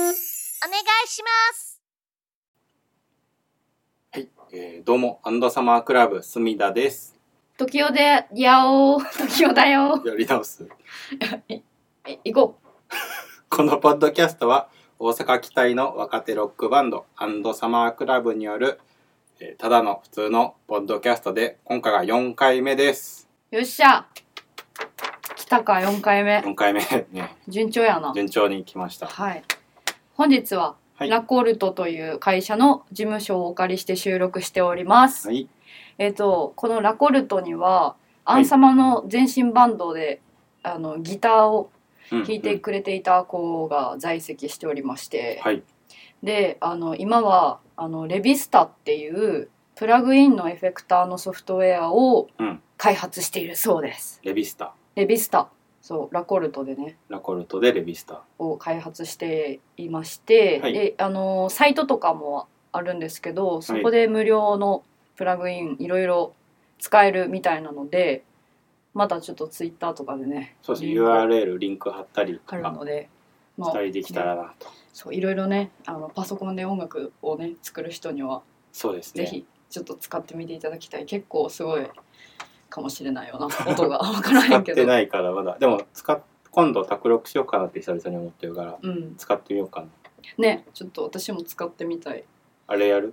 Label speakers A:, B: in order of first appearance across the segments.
A: お願いします。
B: はい、えーどうも、アンドサマークラブ、隅田です。
C: 時代で、や おー、時代だよ
B: やり直す。
C: ー。い、行こ
B: このポッドキャストは、大阪期待の若手ロックバンド、アンドサマークラブによる、えーただの普通のポッドキャストで、今回が4回目です。
C: う。よっしゃ。来たか、4回目。
B: 4回目、ね、
C: 順調やな。
B: 順調に来ました。
C: はい。本日は、
B: はい。
C: ラコルトという会社の事務所をお借りして収録しております。
B: はい。
C: えっ、と、このラコルトには、
B: い
C: アン様の全身バンドで、あの、ギターを
B: うん
C: 弾いてくれていた子が在籍しておりまして、
B: はい。
C: であの今はあのレビスタっていうプラグインのエフェクターのソフトウェアを
B: うん
C: 開発しているそうです、
B: レビスタ。
C: レビスタそうラコルトでね
B: ラコルトでレビスタ。
C: を開発していまして、
B: はい
C: であのサイトとかもあるんですけどそこで無料のプラグインいろいろ使えるみたいなのでまだちょっとツイッターとかでね
B: そうですね。
C: リンク
B: URL、リンク貼ったりと
C: ある
B: か
C: の、で、まあ
B: したりできたらなと。
C: そういろいろねあのパソコンで音楽をね作る人には
B: そうですね。
C: ぜひちょっと使ってみていただきたい結構すごいかもしれないよ な音が分からへ
B: 使っ
C: んけ
B: て
C: ど
B: ないからまだでも使っ今度卓録しようかなって久々に思ってるから
C: うん
B: 使ってみようかな
C: ねちょっと私も使ってみた い
B: あれやる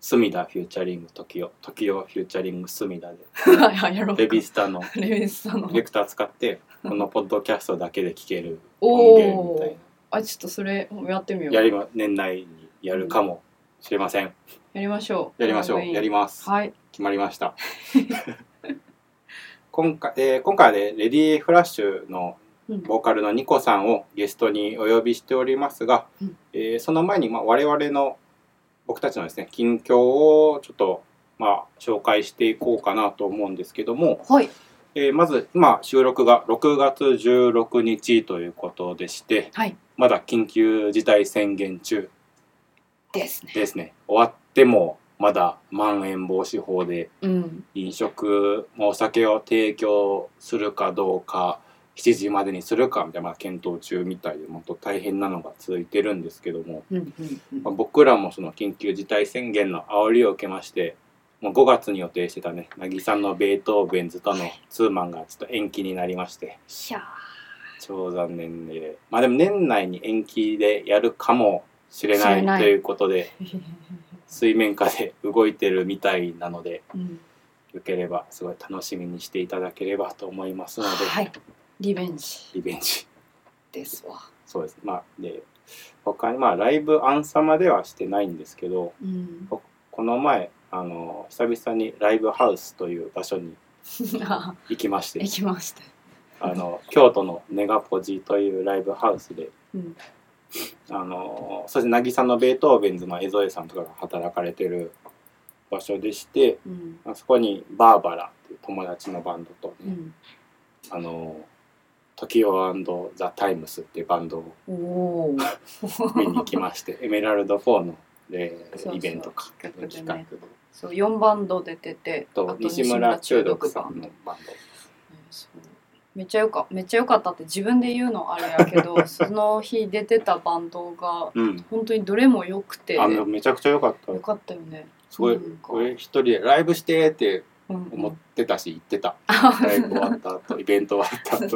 B: 隅田フューチャリング時代時代フューチャリング隅 田で
C: はいはいやろうか
B: レビスタの
C: レビスさんの
B: エフェクター使ってこのポッドキャストだけで聴ける
C: お
B: 音
C: ー
B: 源みたい
C: あちょっとそれやってみよう
B: なやりま年内にやるかもしれません
C: やりましょう
B: やりましょうやり
C: ま
B: ます
C: はい
B: 決まりました 今回、えー今回はねレディーフラッシュの
C: うん
B: ボーカルのニコさんをゲストにお呼びしておりますが、
C: うん
B: えーその前に、まあ、我々の僕たちのですね近況をちょっと、まあ、紹介していこうかなと思うんですけども、
C: はい
B: えーまず今収録が6月16日ということでして
C: はい
B: まだ緊急事態宣言中
C: ですね
B: ですね終わってもまだまん延防止法で
C: うん
B: 飲食、まあ、お酒を提供するかどうか7時までにするかみたいな、まあ、検討中みたいでもっと大変なのが続いてるんですけども、
C: うんうんうん
B: まあ、僕らもその緊急事態宣言の煽りを受けましてもう5月に予定してたね渚さんのベートーベンズとのツーマンがちょっと延期になりまして
C: しゃあ
B: 超残念でまあでも年内に延期でやるかもしれな
C: しれないい
B: ということで水面下で動いてるみたいなので
C: うん
B: よければすごい楽しみにしていただければと思いますので、
C: はいリベンジ
B: リベンジ
C: ですわ
B: そうですまあで他にまあライブアンサマではしてないんですけど
C: うん
B: この前あの久々にライブハウスという場所に
C: あ
B: 行きまして
C: 行きました
B: あの京都のネガポジというライブハウスで、
C: うん
B: あのそして渚のベートーベンズの江添さんとかが働かれてる場所でして
C: うん
B: あそこにバーバラっていう友達のバンドと、
C: うん
B: あのトキオザ・タイムスっていうバンドを
C: おおー
B: 見に行きまして エメラルド4の、えー
C: そうそう
B: イベントか
C: 企画で
B: 企
C: ね
B: 画で
C: そう4バンド出ててあ
B: と西村中毒さんのバン
C: そうめっちゃよかめっちゃよかったって自分で言うのあれやけ どその日出てたバンドが
B: ド、うん、
C: 本当にどれも良くて
B: あ
C: よ
B: のめちゃくちゃ良かった
C: かったよね
B: すごい
C: なんか
B: 俺一人でライブしてって
C: うんう
B: 思っ
C: ん、
B: てたし行ってたライブ終わった 後イベント終わった後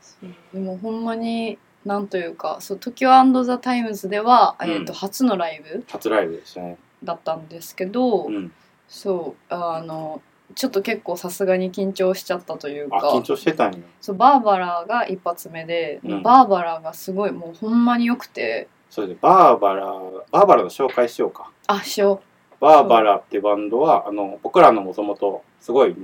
C: そうでもほんまになんというかそう TOKIOTHETIMES では、
B: うん
C: えー、と初のライブ
B: 初ライブでしたね、
C: だったんですけど、
B: うん、
C: そうあのちょっと結構さすがに緊張しちゃったという
B: あ
C: か
B: 緊張してたんや
C: そうバーバラが一発目で、
B: うん
C: バーバラがすごいもうほんまに良くて
B: それでバーバラバーバラの紹介しようか
C: あしよ
B: バーバラってバンドはあの僕らのもともとすごい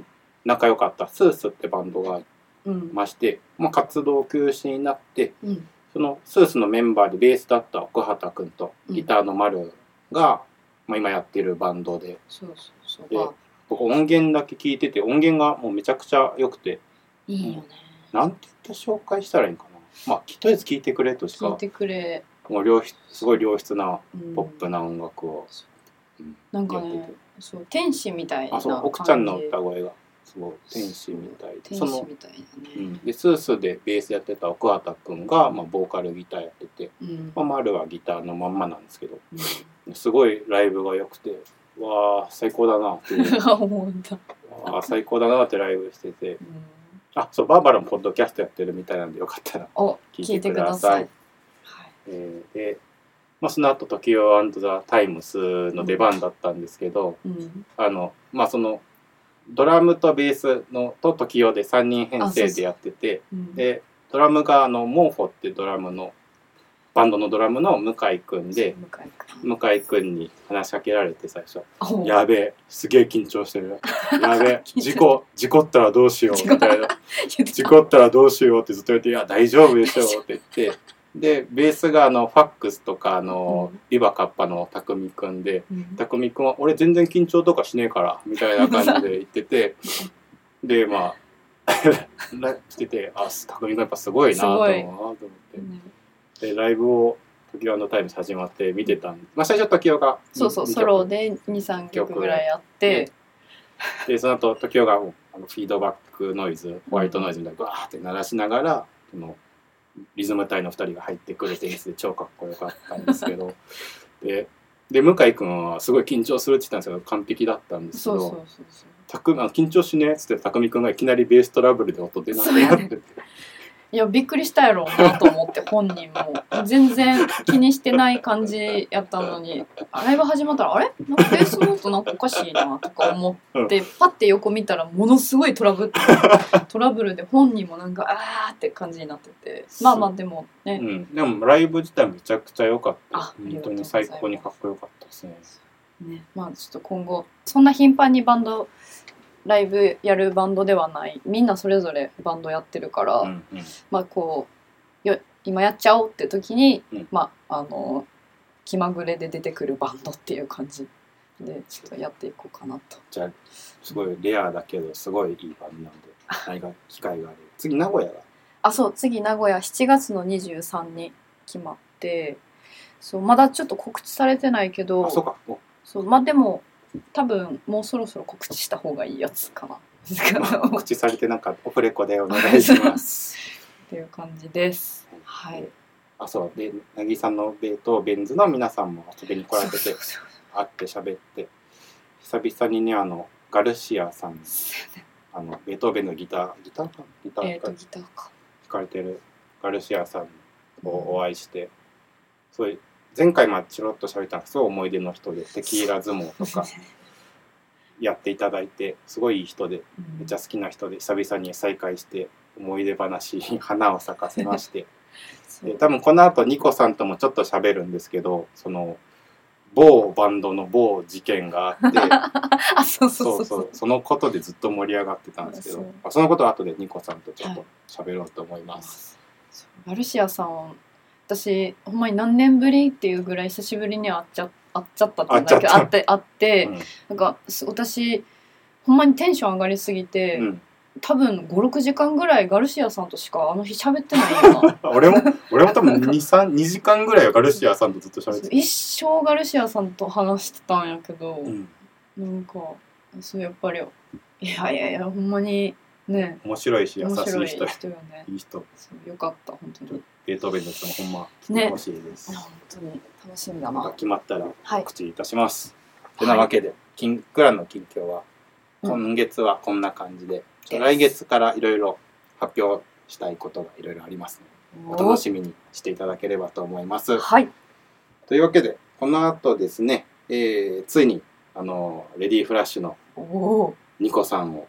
B: 仲良かったスースってバンドが
C: う、うん
B: まして、まあ、活動休止になって
C: うん
B: そのスースのメンバーでベースだった奥畑君とギターの丸が、まあ、今やってるバンドで
C: そうそうそう
B: で
C: まあ
B: 僕音源だけ聞いてて音源がもうめちゃくちゃ良くて
C: いいよね
B: なんて言って紹介したらいいんかなまあとりあえず聞いてくれとし
C: 聞い
B: か
C: てくれ、
B: もう良質すごい良質な
C: うん
B: ポップな音楽を、うん
C: なんか
B: やって
C: ね
B: て
C: そう天使みたいな
B: あ
C: 感じ
B: そう奥ちゃんの歌声がすごい天使みたいで
C: 天
B: そ
C: 使
B: の
C: みたいなね
B: うんでスースでベースやってた奥畑君が、まあ、ボーカルギターやってて、
C: うん
B: まあ、丸はギターのまんまなんですけど
C: うん
B: すごいライブが良くてわあ最高だなっていう
C: 思うんだ、
B: わあ最高だなってライブしてて
C: うん、
B: あそうバーバラもポッドキャストやってるみたいなんでよかったら、
C: お
B: 聞
C: 聞
B: い
C: い
B: て
C: て
B: く
C: く
B: だ
C: だ
B: さ
C: さ
B: い
C: いはい
B: えーで、まあ、その後「トキオザ・タイムスの出番だったんですけど、
C: うん
B: あのまあそのドラムとベースのと時代で3人編成でやってて
C: うん
B: でドラムがあのモーフォってドラムのバンドのドラムの向井くんで
C: 向井君
B: 向井くんに話しかけられて最初「
C: あお
B: やべえすげえ緊張してるやべえ
C: 緊張
B: 事故事故ったらどうしよう」みたいな
C: 言っ
B: 「
C: た
B: 事故ったらどうしよう」ってずっと言って「いや大丈夫でしょ」って言ってでベースがあのファックスとかあの
C: うん
B: リバカッパの匠くんで
C: うん
B: たくみくんは「俺全然緊張とかしねえから」みたいな感じ で言っててでまあ ラしてて「あたくみくんやっぱすごいなと思うな」と思っ
C: ね
B: てでライブを「時はのタイムズ始まって見てたんで、まあ、最初時代が
C: そうそう
B: に
C: ソロで23曲ぐらいやって、
B: でその後時代がもうあのフィードバックノイズホワイトノイズみたいなバーって鳴らしながらそのリズム隊の2人が入ってくれて演出で超かっこよかったんですけ どでで向井君はすごい緊張するって言ったんですけど完璧だったんですけ
C: そう
B: ど。
C: そうそうそう
B: たくあ緊張しねえっつってたくみくんがいきなりベーストラブルで音出なくなってて
C: いやびっくりしたやろうなと思って 本人も全然気にしてない感じやったのにライブ始まったらあれなんかベースノートなんかおかしいなとか思ってパッて横見たらものすごいトラブルトラブルで本人もなんかあーって感じになっててまあまあでも
B: う
C: ね、
B: ん、でもライブ自体めちゃくちゃ良かった
C: あ
B: 本当に最高にかっこよかったですね
C: ねまあちょっと今後そんな頻繁にバンドライブやるバンドではないみんなそれぞれバンドやってるから、
B: うんうん
C: まあこうよ今やっちゃおうって時に、
B: うん
C: まああの気まぐれで出てくるバンドっていう感じでちょっとやっていこうかなと。
B: じゃあすごいレアだけどすごいいいバンドなんで何か機会がある次名古屋が
C: あそう次名古屋7月の23に決まってそうまだちょっと告知されてないけど
B: あそうかお
C: そうまあでも多分もうそろそろ告知した方がいいやつかな。っ
B: 口されてなんかオフレコでお願いします
C: す。っていう感じです。はい。
B: あそうでなぎさんのベーとベンズの皆さんも遊びに来られて
C: そう
B: て
C: そうそう
B: 会って喋って久々にねあのガルシアさんあのベートーベンのギターギターかギターか、
C: えっ、とギターか。
B: 弾かれてるガルシアさんをお会いして、そういう前回まあチロッと喋ったのがすごい思い出の人でテキーラ相撲と かやっていただいてすごいいい人でめっちゃ好きな人で久々に再会して思い出話 に花を咲かせまして
C: そう
B: で多分この後ニコさんともちょっと喋るんですけどその某バンドの某事件があって
C: あ、そうそう
B: そそ
C: そううそうう。
B: そのことでずっと盛り上がってたんですけ
C: そ
B: ど
C: う
B: あそのことは後でニコさんとちょっ
C: は
B: と喋ろうと思います。
C: ガルシアさん、私ほんまに何年ぶりっていうぐらい久しぶりに会っちゃ会っちゃったって言うんだけど
B: 会
C: 会
B: っ
C: って会って、
B: うん
C: なんかす私ほんまにテンション上がりすぎて、
B: うん
C: 多分56時間ぐらいガルシアさんとしかあの日喋ってないよな
B: 俺も俺も多分2 3 2時間ぐらいはガルシアさんとずっと喋って
C: 一生ガルシアさんと話してたんやけど、
B: た、うん、
C: なんかそうやっぱりいやいやいやほんまにね
B: 面白いし優し
C: 面白
B: い
C: い
B: 人い
C: 人よね
B: い人
C: そうよかった本当に
B: ベートーベンの人もほんま来
C: ね
B: てほしいです、
C: いや本当に楽しみだ
B: また
C: な
B: 決まったら
C: はい
B: 告知いたします、てなわけで金クランの近況は
C: うん
B: 今月はこんな感じで、
C: す
B: 来月からいろいろ発表したいことがいろいろありますのでお楽しみにしていただければと思います
C: はい
B: というわけでこの後ですね、えーついにあのレディーフラッシュの
C: おお
B: ニコさんを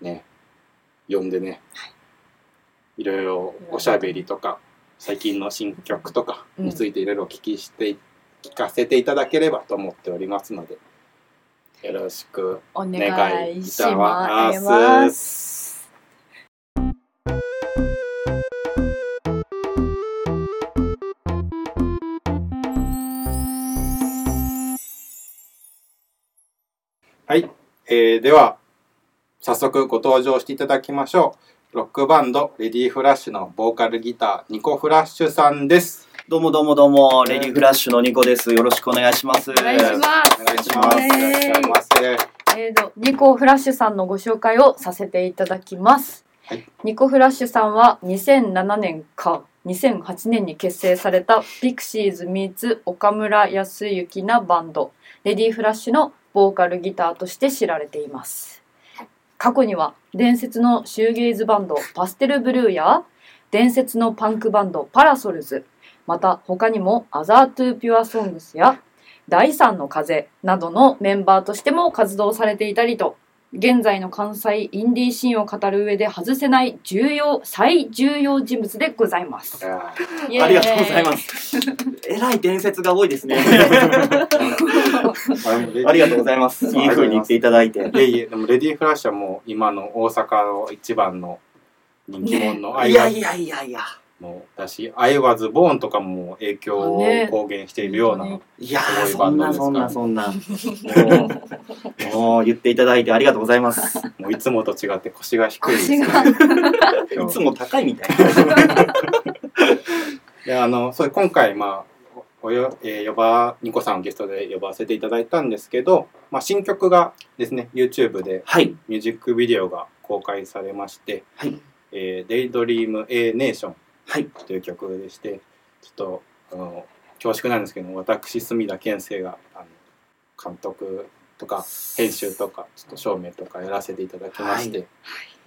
B: ね呼んでね、い、ろいろおしゃべりとか最近の新曲とか
C: うん
B: についていろいろお聞きして、聞かせていただければと思っておりますのでよろしく
C: お
B: 願
C: 願
B: い
C: い
B: し
C: し
B: ま
C: ますす。
B: はい、えーでは早速ご登場していただきましょうロックバンドレディーフラッシュのボーカルギターニコフラッシュさんです
A: どうもどうもどうも、レディーフラッシュのニコです。よろしくお願いします。
C: お願いします。
B: お願いしますいらっしゃいませ
C: えーと、ニコフラッシュさんのご紹介をさせていただきます。
B: はい
C: ニコフラッシュさんは2007年か2008年に結成されたピクシーズ・ミーツ岡村康之なバンドレディー・フラッシュのボーカルギターとして知られています過去には伝説のシューゲイズバンドパステルブルーや伝説のパンクバンドパラソルズまた他にもアザートゥーピュアソングスや第三の風などのメンバーとしても活動されていたりと現在の関西インディーシーンを語る上で外せない重要最重要人物でございます。
B: あー
C: あ
A: ありがとうございま。す。えらい伝説が多いですね。 ありがとうございます。いい風に言っていただいて。
B: いえいえ、でもレディーフラッシュはもう今の大阪の一番の人気者の愛
A: い
B: が
A: やいやいやいや。
B: もうだし、アイワズ・ボーンとかも影響を
C: ね
B: 公言しているような、
C: 本
A: いや
B: すご
A: ー
B: い
A: そんなそんなそんな。もうもう言っていただいてありがとうございます。い
B: もういつもと違って腰が低いです
C: 腰
B: ね。
C: が
B: 今日
A: つも高いみたいな。
B: であのそう今回まあおよ、えー呼ばニコさんをゲストで呼ばせていただいたんですけど、まあ、新曲がですね YouTube で
A: はい。
B: ミュージックビデオが公開されまして「
A: はい
B: えー、デイドリーム A ネーション
A: はい。」
B: という曲でしてちょっとあの恐縮なんですけど私隅田健生があの監督とか編集とかちょっと照明とかやらせていただきまして、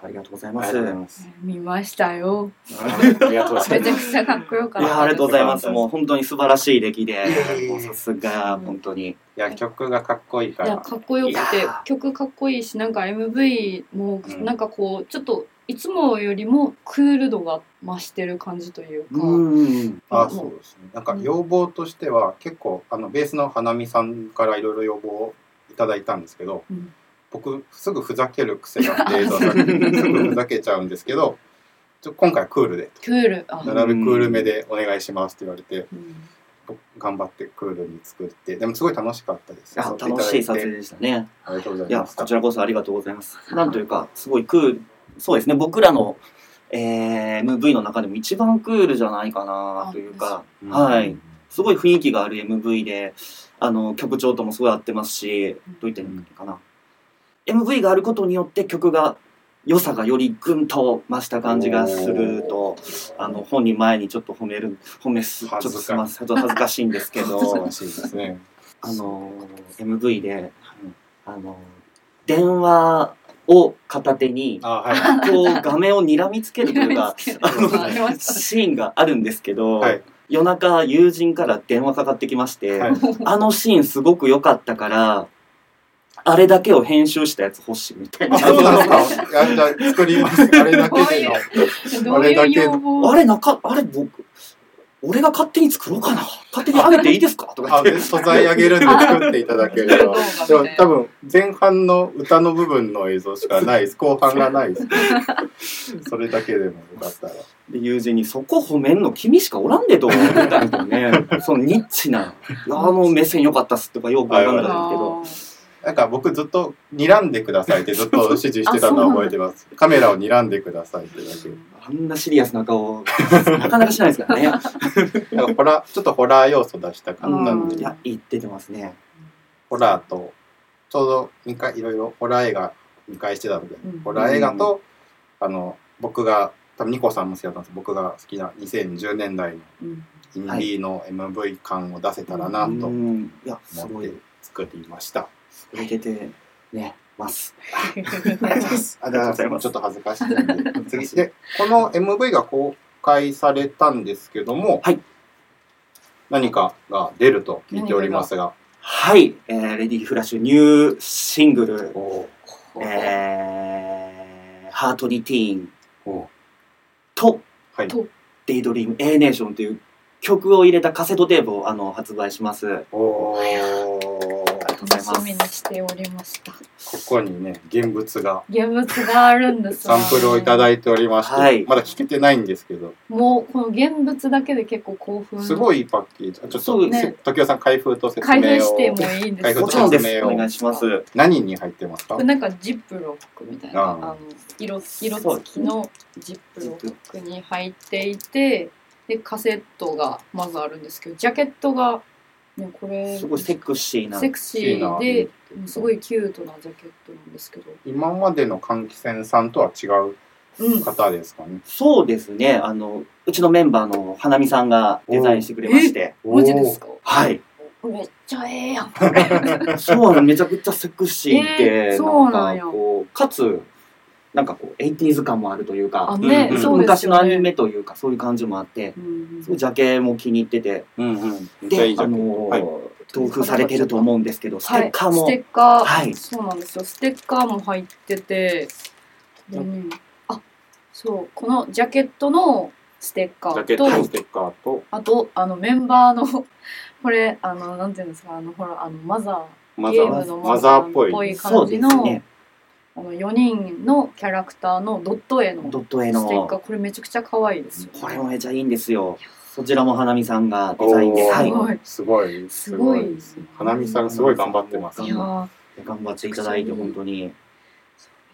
A: ありがとうござい
B: あ
A: ま
B: りが
A: す。
B: とうございます。
C: 見ましたよ。
B: ありがとうござ
C: め
B: い
C: ちゃ
B: ま
C: く
B: す。
C: ちゃかっこよか
A: い
C: ったです。
A: やありがとうございます。もう本当に素晴らしい出来で
B: いえい、え
A: もうさすが本当に。
B: いや曲がかっこいいか
C: いや
B: ら。
C: かっこよく
A: い
C: て
A: や
C: 曲かっこいいしなんか MV も
B: うん
C: なんかこうちょっといつもよりもクール度が増してる感じというか、
A: うん。
B: あ
C: うん
B: そうですね。なんか要望としては、結構あのベースの花見さんからいろいろ要望をいただいたんですけど、
C: うん
B: 僕すぐふざける癖があって、そうすぐふざけちゃうんですけど、ちょ今回はクールで、
C: クールあ、
B: なるべくクールめでお願いしますって言われて、
C: うん
B: 僕頑張ってクールに作って、でもすごい楽しかったです。
A: あ
B: 誘って
A: 楽しい
B: ただ
A: 撮
B: て
A: 影でしたね。
B: ありがとうご
A: い
B: ざい
A: や
B: ました
A: こち。らこそありがとうございます。なんというかすごいクールそうですね僕らの、えー、MV の中でも一番クールじゃないかなというか
B: うん
A: はいすごい雰囲気がある MV であの曲調ともすごい合ってますしどういったらいいかな、MV があることによって曲が良さがよりぐんと増した感じがするとあの本人前にちょっと褒める褒めすちょっと
B: 恥ずかしい
A: すませんちょっと恥ずかしいんですけ
B: 素晴
A: ど
B: らしいですね。
A: あの MV で、あの電話を片手に
B: あは
A: こう画面を睨みつけるという
C: 見
A: か
C: つける
A: あの
C: ありました
A: シーンがあるんですけど、
B: いはい
A: 夜中友人から電話かかってきまして、
B: はい。
A: あのシーンすごく良かったからあれだけを編集したやつ欲しいみたいな
B: あそうなのか。いやじゃあ作ります。あれだけでの。
C: どういう要望
A: あれなかあれ僕俺が勝手に作ろうかな勝手に上げていいですかとか
B: あ
A: 言って
B: で素材上げるんで作っていただけ れば。でも多分前半の歌の部分の映像しかないです。後半がないです。それだけでもよかったら。
A: で友人に「そこ褒めんの君しかおらんで」と思ってたんだよ ねそのニッチな「いやあの目線良かったっす」とかよく分かんなかったんで
B: なんか僕ずっと睨んでくださいってずっ と指示してたのは覚えてます。カメラを睨んでくださいってだ
C: すけど
B: け。
A: すけどあんなシリアスな顔なかなかしないですから ね
B: なんかホラーちょっとホラー要素出したかったん
C: うん
A: い
B: で、
A: や言っててますね
B: ホラーとちょうど見かいろいろホラー映画見返してたので
C: うん、
B: ホラー映画とあの僕が多分ニコさんも好きだったんです。僕が好きな2010年代のインディーの MV 感を出せたらな
A: う
B: と
A: んいやす
B: 思
A: ご
B: って
A: い
B: 作りました。
A: 売れててねます
B: ありがとうございます。ありがとうございます。ちょっと恥ずかしいんで。次 で、この MV が公開されたんですけども、
A: はい
B: 何かが出ると聞いておりますが、
A: はい、えーレディーフラッシュニューシングル「えーハートにティーン
B: お」
A: と
B: はい。
C: と
A: 「デイドリーム A ネーション」という曲を入れたカセットテープをあの発売します
B: お
C: 楽しみにしておりました
B: ここにね、現物が、
C: 現物があるんです
B: サンプルをいただいておりまして、
A: はい
B: まだ聞けてないんですけど、
C: もうこの現物だけで結構興奮
B: すごいいいパッケージ。ちょっと、
A: そうです
C: ね
B: 時代さん、開封と説
C: 開
B: 明
C: 封して
B: を
C: も。いいです
B: 開封
A: も
B: と
A: ちろんです
B: 説明を
A: お願いします
B: 何に入ってますか
C: これなんかジップロックみたいな
B: あ
C: あ
B: ー
C: の色色付きのジップロックに入っていてでカセットがまずあるんですけどジャケットが、ね、これ
A: すごいセクシーな
C: セクシ
B: いいな
C: ーでうんすごいキュートなジャケットなんですけど
B: 今までの換気扇さんとは違う
C: うん。
B: 方ですかね。
A: そうですね。あの、うちのメンバーの花見さんがデザインしてくれまして。
C: マジですか
A: はい。
C: めっちゃええやん。
A: そうなの、めちゃくちゃセクシーで、
C: えーそうなんや
A: かこう、かつ、なんかこう、エイティーズ感もあるというか
C: あ、ね、
B: うんうん
C: そうです
A: 昔
C: よね。
A: のアニメというか、そういう感じもあって、
C: うん。
A: すごいジャケも気に入ってて、
B: おー。うんうん。めっちゃい
A: で
B: い、じ
A: あ
B: ゃん。
A: のー
B: はい。
A: 同封されてると思うんですけど、ステ
C: はい
A: ッカー
C: ス
A: も、
C: テッカー、
A: はい
C: そうなんですよステッカーも入ってて、でねあそうこのジャケットのステッカ
B: ジャケ
C: ー
B: ットのス
C: と
B: テッカーと、
C: あとあのメンバーの これあのなんていうんですかあのほらあのマザ
B: マ
C: ー
B: ザ
C: ゲー
B: ー、
C: ムの
B: マ
C: マ
B: ザ
C: ザ
B: ー
C: ー
B: っ
C: っ
B: ぽい。
C: ぽい
A: そ
C: 感
A: うで
C: じ
A: す
C: の、
A: ね。
C: あの4人のキャラクターのドット絵の
A: ド
C: ス
A: ット絵
C: テ
A: の、
C: ッカ
A: こ
C: ーこれめちゃくちゃ可愛いですよ、ね、
A: れもめちゃいいんですよ。そちらも花見さんがデザインで、
B: おー
A: はい、
C: はい
B: すごい。
C: すごいですね
B: 花見さんすごい頑張ってます
C: い。やー
A: 頑張っていただいて、本当に。
C: めっ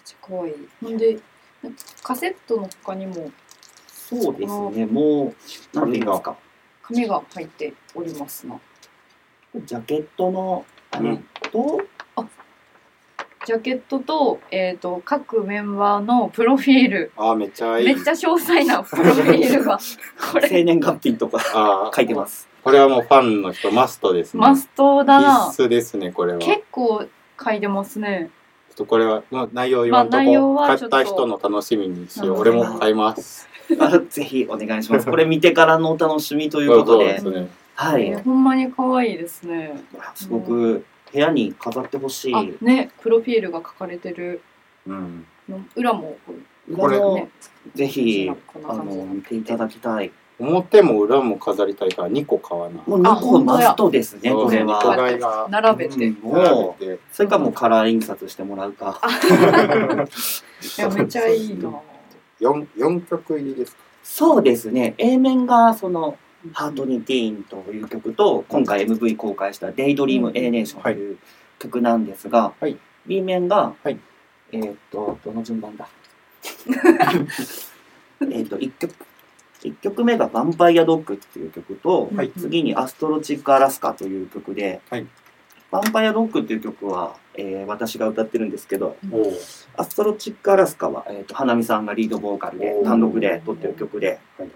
C: ちゃ可愛いほんでなんかカセットの他にも
A: そうですね、もう、なんて言いますか。
C: 紙が入っておりますな
A: ジャケットの、あれと、
C: ジャケットと,、えー、と各メンバーのプロフィール
B: ああ、めっちゃい
C: め
B: い
C: っ。ちゃ詳細なプロフィールがこれ
A: 生年月日とか
B: ああ
A: 書、いてます。
B: これはもうファンの人マストですね。
C: マストだな
B: 必須ですね、これは。ちょっ
C: 結構書いてますね
B: とこれは、まあ、内容言わんと
C: まあ内容
B: こ、
C: は
B: 買
C: ち
B: っ
C: ょっと
B: た人の楽しみにしよう。
C: うん
B: 俺も買います。
A: あぜひお願いします。これ見てからのお楽しみということ
B: そうで
A: で、
B: すね。
A: は
C: えー
A: い、
C: ほんまに可愛いですね
A: すごく部屋に飾ってほし
C: あ
A: い。
C: ねプロフィールが書かれてる
B: うん。
C: の裏もこ
B: これ
A: 裏
C: う
A: も
C: ね
A: ぜひ
C: こんな
A: あ
C: 感じ
A: の見ていただきたい。
B: 表も裏も飾りたいから2個買わな。
A: もう2個
C: 本当
A: マ
C: や
A: ストですね、
B: そう
A: これ
B: お
A: は。
B: 互いが
C: 並べて、
A: うん
C: い
A: もう
B: 並べて
A: それかもうカラー印刷してもらうか。
C: やめちゃいいな
B: 4、四曲入りですか
A: そうですね、A 面がそのハートにティーンという曲と、今回 MV 公開したデイドリーム A ネーションという曲なんですが、
B: はい
A: B 面が、
B: はい
A: えーっと、どの順 番だえーっと、1曲、一曲目がヴァンパイアドッグっていう曲と、
B: はい
A: 次にアストロチックアラスカという曲で、
B: はい
A: ヴァンパイアドッグっていう曲は、えー私が歌ってるんですけど、
C: うん
B: お
A: アストロチックアラスカは、えー、と花見さんがリードボーカルで
B: おー
A: 単独で撮ってる曲で、
B: はい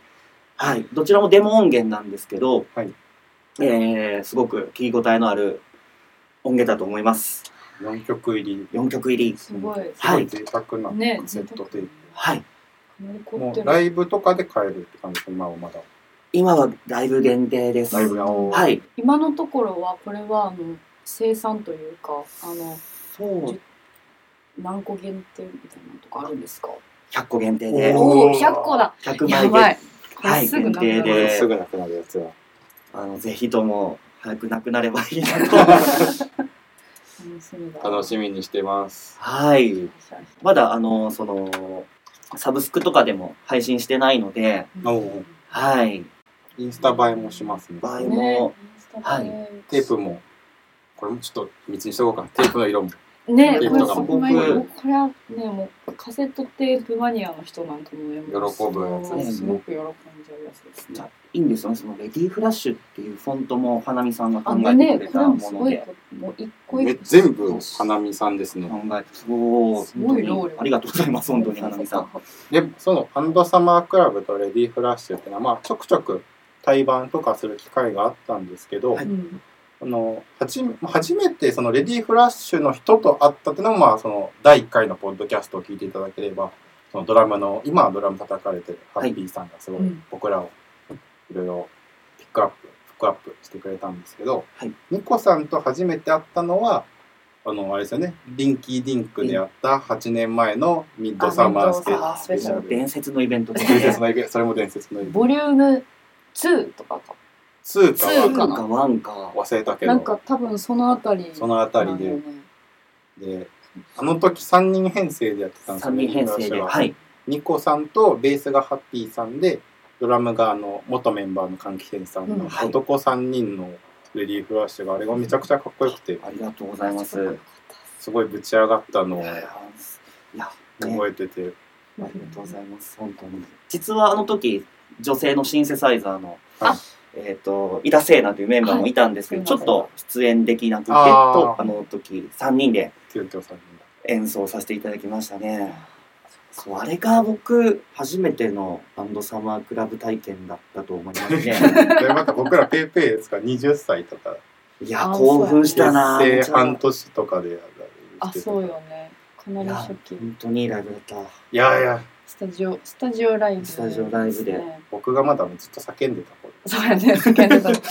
A: はいどちらもデモ音源なんですけど、
B: はい
A: えーすごく聴き応えのある音源だと思います
B: 4曲入り。
A: 4曲入り
C: すごい
B: すごい贅沢な。
C: ね
B: セットテープ
A: はい
C: 残
B: も
C: っ
B: う
C: てる
B: ライブとかで買えるって感じです今はまだ。
A: 今はライブ限定です
B: ライブの。
A: はい
C: 今のところはこれはあの生産というかあの
A: そう
C: 何個限定みたいなのとかあるんですか
A: 100個限定で
C: おお100個だ
A: 100枚
C: や
A: 限
C: ばい
A: 定
C: これすぐなくな
A: はい
C: る
A: 限定で
B: ですぐなくなるやつは。
A: あのぜひとも早くなくなればいいな と
C: 楽しみだ
B: 楽しみにしてます。
A: はいま
C: だ
A: だあのそのサブスクとかでも配信してないので
B: おー
A: はい
B: インスタ映えもしますね。
A: 映えも
C: ね
A: はい
B: テープも、これもちょっと道にしとこうか な。テープの色も。
C: ね
B: テープ
C: これ
B: と
C: す
B: かも
C: ごいこれはねもうカセットテープマニアの人なんかもねもう
B: 喜ぶやつ
A: ですね
C: すごく喜んじゃうやつですね
A: いいんですよね、そのレディーフラッシュっていうフォントも花見さんが考
C: あの
A: えて
C: ね
A: くれ
C: これ
A: た
C: も
A: も
C: す
A: の
C: ごい
A: で、
C: もう一個
B: め
C: 一個
B: 全部花見さんですね。
A: 考えて、そう、
C: すごい労力
A: 本当にありがとうございます、本当に花見さん。
B: で、そのハンドサマークラブとレディーフラッシュっていうのは、まあ、ちょくちょく対バンとかする機会があったんですけど、
A: は
C: うん
B: あのはじめ初めてそのレディーフラッシュの人と会ったっていうのは、まあ、その第1回のポッドキャストを聞いていただければそのドラムの今はドラム叩かれてるハ
A: はい
B: ッピーさんがすご
C: う
B: い
C: ん
B: 僕らをいろいろピックアップフックアップしてくれたんですけど、
A: はい
B: ニコさんと初めて会ったのはあのあれですよねリンキーディンクでやった8年前のミッドサマースペ
C: あ
A: あ
C: ス
A: ス
C: ペ
A: ペ
C: シ
A: シ
C: ャ
A: ャ
C: ル
A: ル伝説のイベントとか
B: 伝
A: で
B: 説、のイベそれも伝説のイベント
C: ボリューム2とか
B: 2
C: か
B: か
C: ツ
A: 2
C: ーか
A: か
C: な
A: 1か、
B: 忘れたけ
C: なんか
B: ど
C: 多分そのあたり
B: そのあたり
C: なん
B: で
C: だよね
B: であの時3人編成でやってたんです
A: 3
B: よね
A: 人編成
B: レディーフラッシュ
A: で、
B: は
A: はい、
B: ニコさんとベースがハッピーさんでドラムがあの元メンバーの換気ンさん
C: う
B: の
C: ん
A: はい
B: 男3人のレディーフラッシュがあれがめちゃくちゃかっこよくて
A: ありがとうございます。
B: すごいぶち上がったのを
A: いやいや、ね、
B: 覚えてて
A: ありがとうございます、本当に。実はあの時、女性のシンセサイザーの
B: あ、
A: えっ、と、井田聖奈というメンバーもいたんですけど、
C: はい
A: ちょっと出演できなくて、と、
B: あー
A: あの時3人で
B: 急遽3人
A: 演奏させていただきましたね。そうあれが僕初めてのバンドサマークラブ体験だったと思いますね
B: でまた僕らペイペイですか20歳とか
A: い
C: あ
A: や興奮し
B: 結
A: たな
B: 成半
A: 本
B: 年とかでやる
C: あそうよねかなり初期
A: 当にいいライブだった
B: いやいや
C: スタジオスタジオライブ、
A: スタジオライブで
C: ですね
B: 僕がまだずっと叫んでた頃
C: そうやね叫んでた、
B: 懐か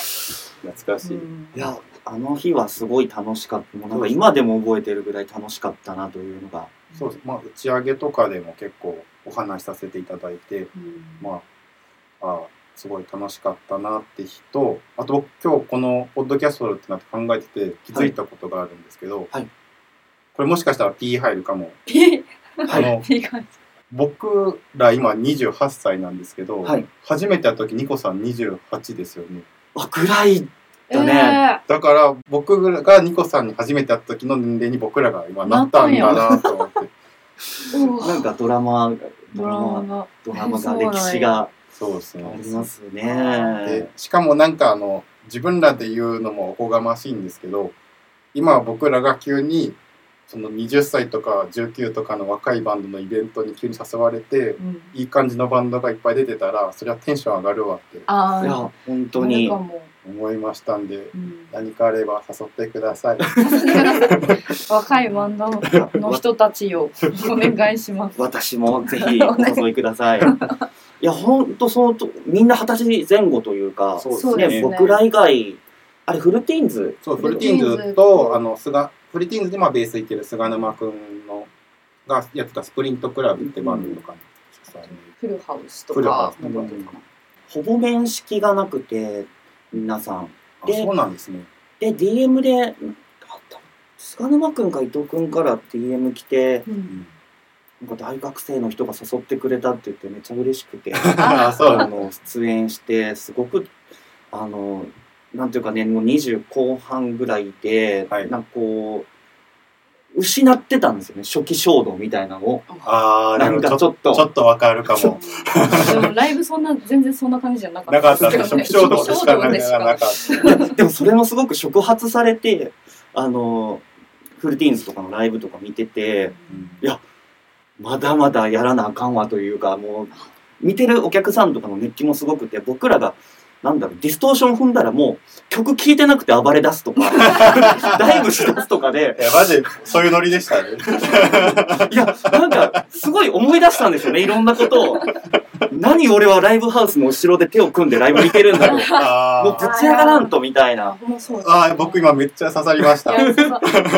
B: しい、
C: うん
A: いやあの日はすごい楽しかったもうなんか今でも覚えてるぐらい楽しかったなというのが
B: そうですまあ打ち上げとかでも結構お話しさせていただいて
C: うん
B: まああすごい楽しかったなって日とあと僕今日このポッドキャストってなって考えてて気づいたことがあるんですけど、
A: はい
B: これもしかしたら P 入るかも、
C: ピ
A: はい
B: あの
C: ーいい感
B: 僕ら今28歳なんですけど、
A: はい
B: 初めて会った時ニコさん28ですよね
A: あぐらい
C: じ
A: だね
B: だから僕がニコさんに初めて会った時の年齢に僕らが今なったんだなと思 って
C: えーうわ
A: なんかドラマ
C: ドラマが
A: ドラ
C: え
A: マが
C: そうなんや
A: 歴史が
B: そうです
A: あ
B: ね
A: ります
B: で
A: ね。
B: しかもなんかあの自分らで言うのもおこがましいんですけど今僕らが急にその20歳とか19とかの若いバンドのイベントに急に誘われて
C: うん
B: いい感じのバンドがいっぱい出てたらそれはテンション上がるわって
C: あ
A: いや
C: あ
A: 本当に
C: かも、
B: 思いましたんで
C: うん、
B: 何かあれば誘ってください
C: 若いバンドの人た ちをお願いします
A: 私も ぜひお誘いください。いや本当そのとみんな二十歳前後というか、
B: そう
C: そう
A: ね
C: ですね
A: 僕ら以外あれフルティーンズ
B: そうフルティーンズとあの菅フルティーンズでまあベース弾いてる菅沼くんのがやってたスプリントクラブってバンドとかにそう
C: フルハウスと
B: フルハ
C: か
B: ウスとかとか
A: ほぼ面識がなくて皆さん
B: あそうなんですね
A: で DM で菅沼君か伊藤君から DM 来て
C: うん
A: なんか大学生の人が誘ってくれたって言ってめっちゃ嬉しくて。
B: あそう
A: あの出演してすごくあのなんていうかねもう20後半ぐらいで、
B: はい
A: なんかこう失ってたんですよね初期衝動みたいなのを
B: ああ、で
A: なん
B: もちょ
A: か
B: っ
A: ち
B: と、
A: ょっと
B: ちょっとわかるか
C: う
B: も。
C: んでもライブそんな全然そんな感じじゃなか
B: なかっ
C: った
B: たね。
C: です
B: 初
C: よね
B: 期衝動でしかな
C: 初期衝動
B: か
C: で
B: った。
A: でもそれもすごく触発されてあのフルティーンズとかのライブとか見てて
B: うん
A: まだまだやらなあかんわというかもう見てるお客さんとかの熱気もすごくて僕らが。なんだろうディストーション踏んだらもう曲聴いてなくて暴れ出すとか ダイブし出すとかで
B: いや、マジ、そういうノリでした ね。
A: いや、なんか、すごい思い出したんですよね、いろんなことを。何俺はライブハウスの後ろで手を組んでライブ見てるんだろう。もう
B: あ
A: ぶち上がらんとみたい
C: あ
A: な。
C: ほんまそうで
B: ー
C: すね
B: あー、僕今めっちゃ刺さりまし
C: い
B: た。
C: やそう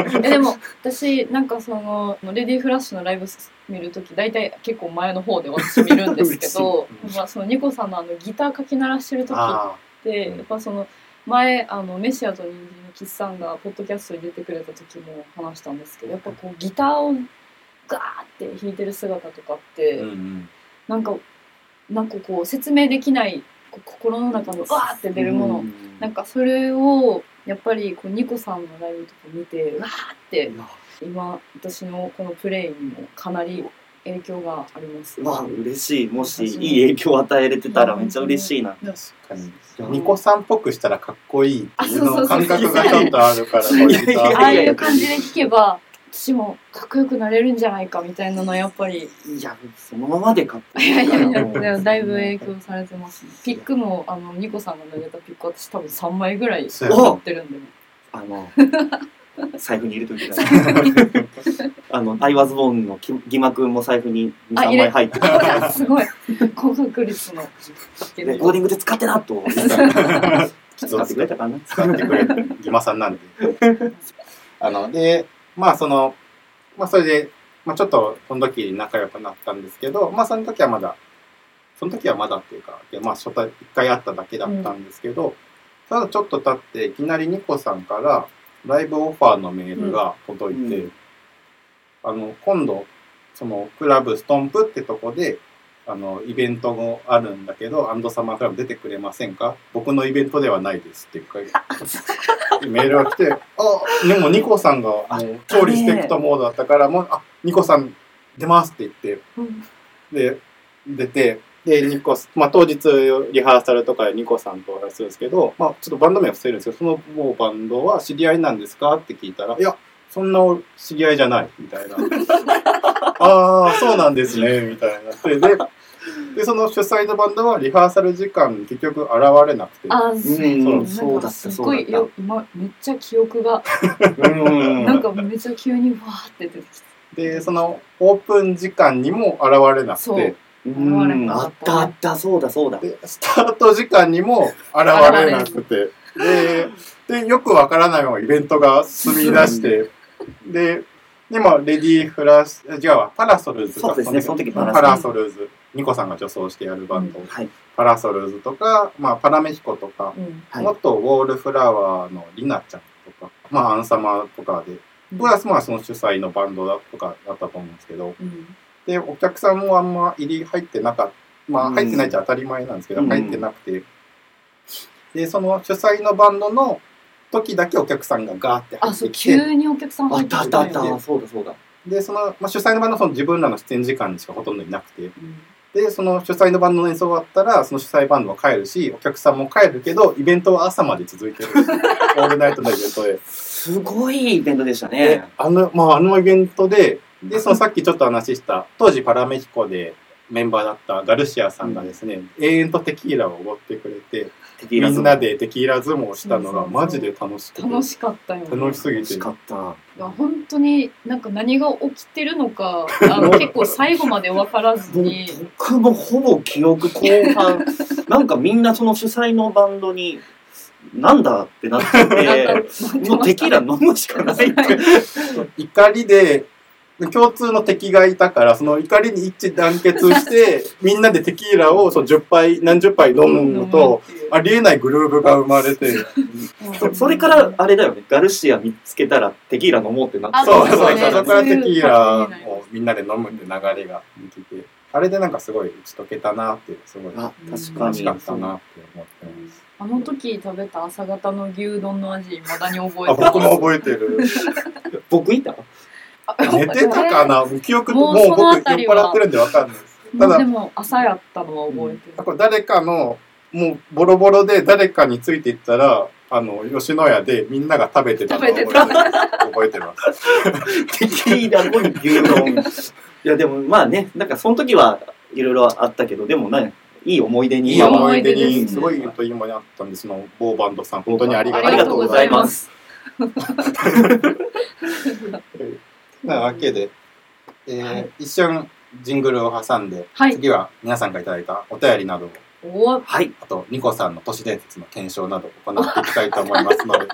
C: そうえでも私なんかそのレディーフラッシュのライブ見るとき大体結構前の方で私見るんですけど
B: 嬉しい
C: まあそのニコさんのあのギターかき鳴らしてるときっ
B: あ
C: てやっぱその前あのメシアと人間のキスさんがポッドキャストに出てくれた時も話したんですけどやっぱこうギターをガーって弾いてる姿とかって、
B: ーうん
C: なんかなんかこう説明できないこう心の中のわーって出るもの、
A: うん
C: なんかそれをやっぱりこうニコさんのライブとか見てうわーって今私のこのプレイにもかなり影響があります。
A: まあ、嬉しい。もし、いい影響を与えれてたらめっちゃ嬉しいな。
B: 確かに。
A: うん
B: ニコさんっぽくしたらかっこいいっていうの
C: あそうそうそ
B: 感
C: う
B: 覚がちょっとあるから、こういうギター
A: いやい
C: ああ
A: や
C: い
A: や
C: う感じで弾けば私もかっこよくなれるんじゃないかみたいなのはやっぱ り
A: いや、そのままでかっこ
C: いやいやい
A: から
C: や
A: もう
C: でもだいぶ影響されてます、ね、ピックもあのニコさんが投げたピック私多分3枚ぐらい
B: そう
A: や
C: 持ってるんでね
A: あの、財布に入れといてください。あの、I was born のき義幕も財布に2、
C: あ
A: 3
C: 入れ
A: 枚入って
C: いやすごい高確率 の
A: レコーディングで使ってなと。使ってくれたかな。
B: 使ってくれ るギマさんなんで。あのでまあそのまあそれで、まあ、ちょっとその時仲良くなったんですけどまあその時はまだその時はまだっていうかいやまあ初対一回会っただけだったんですけど、ただちょっと経っていきなりニコさんからライブオファーのメールが届いて、
A: うん
B: あの今度そのクラブストンプってとこであのイベントもあるんだけど「アンドサマークラブ出てくれませんか僕のイベントではないです」っていう かメールが来て「あでもニコさんがあの超リスペクトモードだったからもう「あニコさん出ます」って言って
C: うん
B: で出てでニコス、まあ、当日リハーサルとかでニコさんとお話しするんですけど、まあ、ちょっとバンド名は伏せるんですけどその某バンド は知り合いなんですかって聞いたら「いやそんな知り合いじゃない」みたいなああそうなんですねみたいなそれででその主催のバンドはリハーサル時間に結局現れなくて
C: あそう
A: うんそうだった
C: すごい
A: そうだ
C: よ今めっちゃ記憶が
A: うん
C: なんかめっちゃ急にわーって出てきて
B: でそのオープン時間にも現れなく
C: そう
B: て
A: うんあったあったそうだそうだ
B: でスタート時間にも現れなくてででよくわからないままイベントが進み出してででまあレディーフラッシュ違うわパラソルズ
A: そう
B: か
A: ですねその時
B: パ
A: パ
B: ラ
A: ラ
B: ソルズニコさんが女装してやるバンド、
A: はい
B: パラソルズとか、まあ、パラメヒコとか、
C: うん
A: はい
B: 元ウォールフラワーのリナちゃんとか、まあ、アンサマとかでプラスまあその主催のバンドだとかだったと思うんですけど
C: うん
B: でお客さんもあんま入り入ってなかったまあ
A: うん
B: 入ってないっちゃ当たり前なんですけど、
A: うん
B: 入ってなくてでその主催のバンドの時だけお客さんがガーって入
C: あ
B: っ
C: そう
B: てきて
C: 急にお客さん
A: あ
C: 入
A: っ
C: って
A: たあ
C: き
A: ってたあったそうだそうだ
B: でその、まあ、主催のバンドはその自分らの出演時間にしかほとんどいなくて
C: うん
B: でその主催のバンドの演奏終わったらその主催バンドは帰るしお客さんも帰るけどイベントは朝まで続い てるオールナイトのイベントです
A: ごいイベントでした
B: で
A: ね
B: あの、まあ、あのイベントで、で、そのさっきちょっと話しした、当時パラメヒコでメンバーだったガルシアさんがですね、永遠とテキーラをおごってくれて、
A: テキーラ
B: み
A: 相撲
B: んなでテキーラ相撲をしたの
C: そう
B: が
C: そうそう
B: マジで楽しくて、
C: 楽しかったよね
B: 楽しすぎ
A: 楽
B: て
A: し、かった
C: いや本当になんか何が起きてるのかあの結構最後まで分からずに
A: 僕もほぼ記憶後半なんかみんなその主催のバンドになんだってなっちゃ
C: な
A: っ
C: んか
A: て
C: なんか
A: もうテキーラ飲むしかないって
B: 怒りで、共通の敵がいたから、その怒りに一致団結 して、みんなでテキーラをそう10杯、何十杯飲むのと、ありえないグルーブが生まれて、
A: そそれからあれだよねガルシア見つけたらテキーラ飲もうってなっ
C: あ
A: て
B: そうそう
C: そうね
B: そう、そこからテキーラ
C: そういう感じになります
B: をみんなで飲むって流れができて、あれでなんかすごい打ち解けたなっていう、すごい
A: あ確か
B: 楽
A: に
B: しかったなって思ってます。
C: あの時食べた朝方の牛丼の味未だに覚
B: あ、
C: えてる
B: 僕も覚えてる。
A: 僕いた
C: あ
B: 寝てたかな記憶、も
C: も
B: う
C: う
B: 僕酔
C: そのあたり
B: っ
C: は
B: 払ってるんでわかんないです。た
C: もう
B: だ
C: で、も朝やったのは覚えてる、
B: これ誰かの、もうボロボロで誰かについていったら、あの、吉野家でみんなが食べてたのを覚えてる
C: 食べ
B: 覚えてます。
A: テキーラ後に牛丼いやでもまあねなんかその時はいろいろあったけどでもねいい思い出に
B: い
C: い
B: い
C: や思
B: 思い出
C: い出です
B: に、
C: ね
B: すごいと今にあったんで、その、某バンドさん、本当にありが
A: ありが
B: と
A: と
B: う
A: う
B: ご
A: ご
B: ざ
A: ざ
B: い
A: い
B: ま。
A: ますす
B: なわけで、えー
C: はい
B: 一瞬ジングルを挟んで、
C: はい
B: 次は皆さんからいただいたお便りなど、
C: お
A: はい
B: あとニコさんの都市伝説の検証など行っていきたいと思いますので、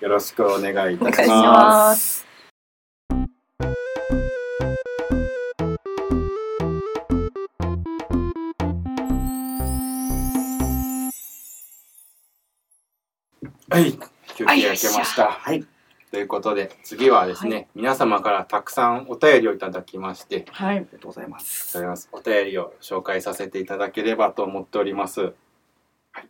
B: よろしくお願いいたし
C: お願いし
B: ます。
C: ます
B: はい、休憩明けました。
A: はい
B: ということで、次はですね、皆様からたくさんお便りをいただきまして、
C: はい
A: ありがとうございます
B: ございます。お便りを紹介させていただければと思っております。はい、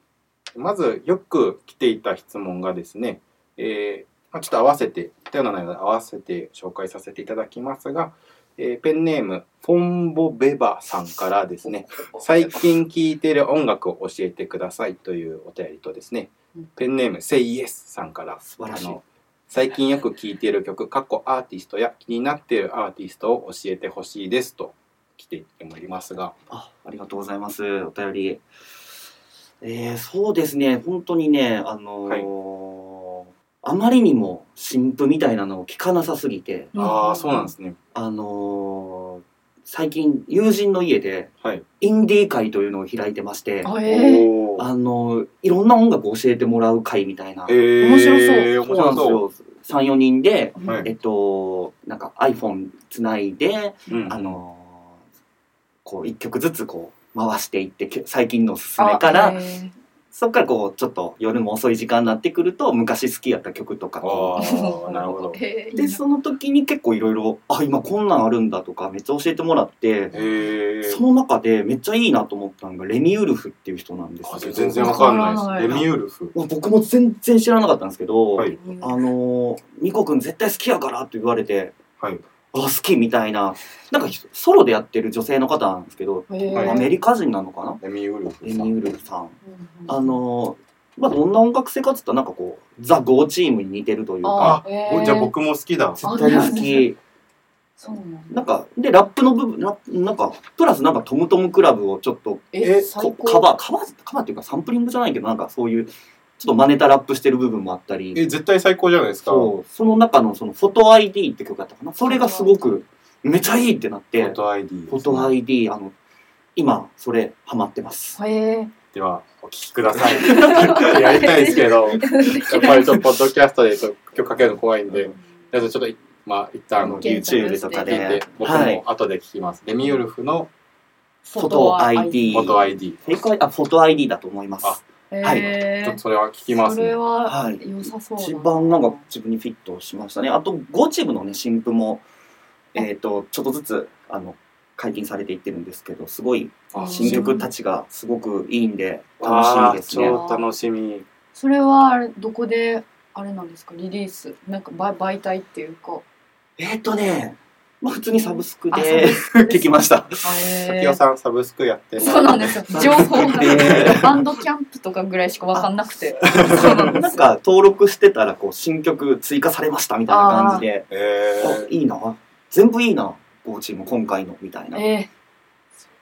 B: まずよく来ていた質問がですね、えーまあちょっと合わせて似たような内容で合わせて紹介させていただきますが、えーペンネームフォンボベバさんからです ね最近聴いてる音楽を教えてくださいというお便りとですね
C: うん
B: ペンネームセイエスさんから
A: 素晴らしい
B: あの最近よく聴いてる曲過去アーティストや気になってるアーティストを教えてほしいですと来ておりますが
A: あありがとうございます。お便り。えー、そうですね、本当にね、あのーあまりにも新譜みたいなのを聞かなさすぎて、
B: ああそうなんですね
A: あのー最近友人の家で
B: はい
A: インディー会というのを開いてまして、
C: あえー、
B: おー
A: あのーいろんな音楽を教えてもらう会みたいな。
B: えー
C: 面白
A: そうなん
B: 面白そう
A: ですよ。3、4人で、
B: はい
A: えっと、なんか iPhone つないで、
B: うん
A: あのーこう1曲ずつこう回していってけ最近のおすすめから、
C: あえー
A: そっからこうちょっと夜も遅い時間になってくると昔好きやった曲とか
B: あ
A: こ
B: ーなるほど
C: えーいういな
A: でその時に結構いろいろ「あ今こんなんあるんだ」とかめっちゃ教えてもらって
B: えー
A: その中でめっちゃいいなと思ったのがレミウルフっていう人なんです
B: あ
A: けど
B: 全然わかんないです。レ
C: わからない
B: ミウルフ。
A: もう僕も全然知らなかったんですけど、
B: はい
A: あのー「ニコくん絶対好きやから」って言われて
B: はい。
A: 「あ好き」みたいななんかソロでやってる女性の方なんですけど
C: えー
B: はい
A: アメリカ人なのかな
B: レミウルフ
A: レ
B: さ
A: ミ
B: ん。
A: ウルフさん。あのーまあ、どんな音楽性かっつったらなんかこうザ・ゴーチームに似てるというか
C: あえ
B: お
C: ー
B: じゃあ僕も好きだ。
A: 絶対好き
C: そうなんだ
A: なんか、で、ラップの部分、ラなんか、プラスなんかトムトムクラブをちょっと、
C: え
B: え
C: 最
A: こ
C: 高
A: カバー、カバー、カバーっていうかサンプリングじゃないけど、なんかそういう、ちょっと真似たラップしてる部分もあった
B: え
A: り、
B: 絶対最高じゃないですか
A: そう、その中のそのフォト ID って曲だったかな。それがすごく、めちゃいいってなっ
B: フ
A: て、
B: ォ
A: フ
B: ト ID
A: ォト ID、あの、今、それ、ハマってます。
C: へえ
B: ではお聞きください やりたいですけ どやっぱりちょっとポッドキャストでちょっと曲かけるの怖いんであとちょっとまあ一旦あの
C: 検索
A: YouTube とか
B: 聞い
A: で
B: て、僕も後で聞きます、デミウルフの
C: フ
A: フォト ID。
B: フォト ID
A: 正解、あ、フォト ID だと思います。
B: あ
A: はい
C: へ
B: ちょっ
C: え
B: とそれは聞きます
C: それ
B: ね
C: は
A: はい。
C: 良さそうだ
A: 一番なんか自分にフィットしましたね。あと、ゴチ部のね、新譜も、えっ、と、ちょっとずつ、あの、解禁されていってるんですけど、すごい
B: あ
A: 新曲たちがすごくいいんで、楽しみです
B: あ
A: ね。
B: ー超楽しみ
C: それはあれどこであれなんですかリリースなんかば媒体っていうか
A: えっ、とね、まあ普通にサブスク
C: あ
A: で聞きましたた。
B: 先代さんサブスクやって
C: そうなんですよ情報
A: え
C: が
A: ー
C: バンドキャンプとかぐらいしかわかんなくてそうなんで
A: なん
C: すよ
A: か登録してたら、こう、新曲追加されましたみたいな感じで、
B: え
A: あ
B: ー
A: いいな。全部いいな。ゴチも今回のみたいな。
C: ええ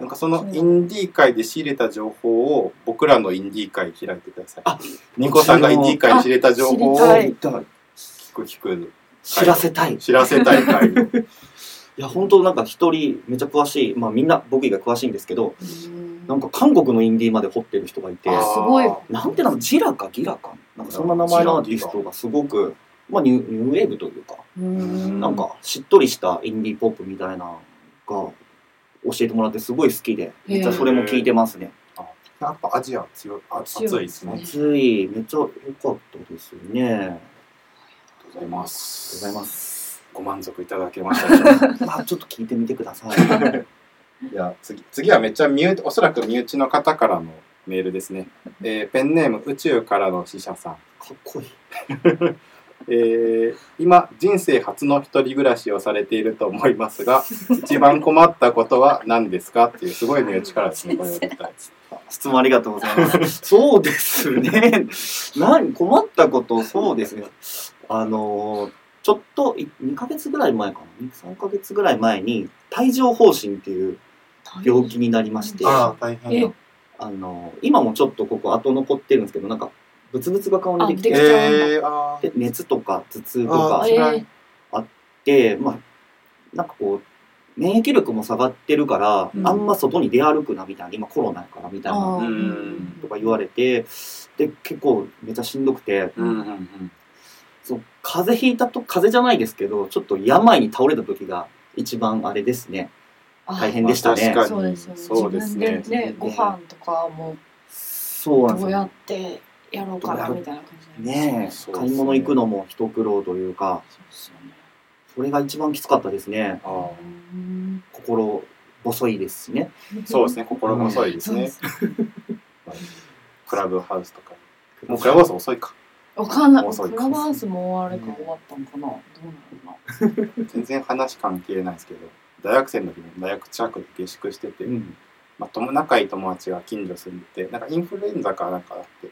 B: なんかそのインディー界で仕入れた情報を僕らのインディー界開いてください
A: あ
B: ニコさんがインディー界で仕入れた情報を
C: あ知りたい
B: 聞
A: 知りたい
B: く聞く
A: 知らせたい。
B: 知らせたい 会
A: いや、本当なんか一人めちゃ詳しい、まあみんな僕以外詳しいんですけど、
C: うん
A: なんか韓国のインディーまで掘ってる人がいて、
C: あすごい
A: なんてなの、ジラかギラか、なんかそんな名前のアーティストがすごく、まあニュニューウェーブというか、
C: うん
A: なんかしっとりしたインディーポップみたいなのが教えてもらってすごい好きで、めっちゃそれも聞いてますね。
B: やっぱアジア強いあ熱いですねあ
C: 強い
B: りが
C: です
A: 熱い、めっちゃ良かったですよ ね。
B: とうございます
A: ありがとうございます
B: ご満足いただけましたでしょうか
A: まあちょっと聞いてみてください。
B: いや次次はめっちゃ身内おそらく身内の方からのメールですね、えーペンネーム宇宙からの使者さん
A: かっこいい。
B: えー今人生初の一人暮らしをされていると思います が一番困ったことは何ですかっていうすごい身内からですねこれをいただいて
A: 質問ありがとうござい ます。そうですね。何困ったこと、そうですね。あのー、ちょっとい2ヶ月ぐらい前かな、3ヶ月ぐらい前に帯状疱疹っていう病気になりまして、
C: あ
A: あ
B: あ大変
C: え
B: だ
A: のー、今もちょっとここ後残ってるんですけど、なんかブツブツが顔にでき
C: え
A: て
C: あできちゃうんだ
B: えー、あー
A: で熱とか頭痛と
B: あ
A: か
B: ー辛い
C: ええ
A: で、まあなんかこう。免疫力も下がってるから、
B: うん
A: あんま外に出歩くなみたいな今コロナやからみたいな
C: あ
B: う
C: ー
B: ん
A: とか言われてで結構めちゃしんどくて
B: うんうんうん
A: そう風邪ひいたと風邪じゃないですけどちょっと病に倒れた時が一番あれですね
C: あ
A: 大変でしたね
B: まあ確
C: そ
B: か
C: うで
B: に
C: すよね
B: そうですね
C: 自分でねご飯とかも
A: そうな
C: ど
A: んです
C: うや
A: よ
C: ってやろうかなみたいな感じになり
A: ね
B: そ
A: え
B: うですね
A: 買い物行くのも一苦労という
C: ま
A: か
C: すそうですよね
A: それが一番きつかったですね
B: あー
C: うん
A: 心細いですしね
B: そうですね心細いです
C: そうで
B: ね
C: す
B: クラブハウスとかもうクラブハウス遅いか
C: わかんない。
B: もう
C: ク
B: 遅
C: ラ
B: いか
C: ブハウスもあれか終わったんかな。どうなのか
B: 全然話関係ないですけど大学生の時に大学近くで下宿してて、
A: うん
B: まあ、友仲いい友達が近所住んでてなんかインフルエンザかなんかあって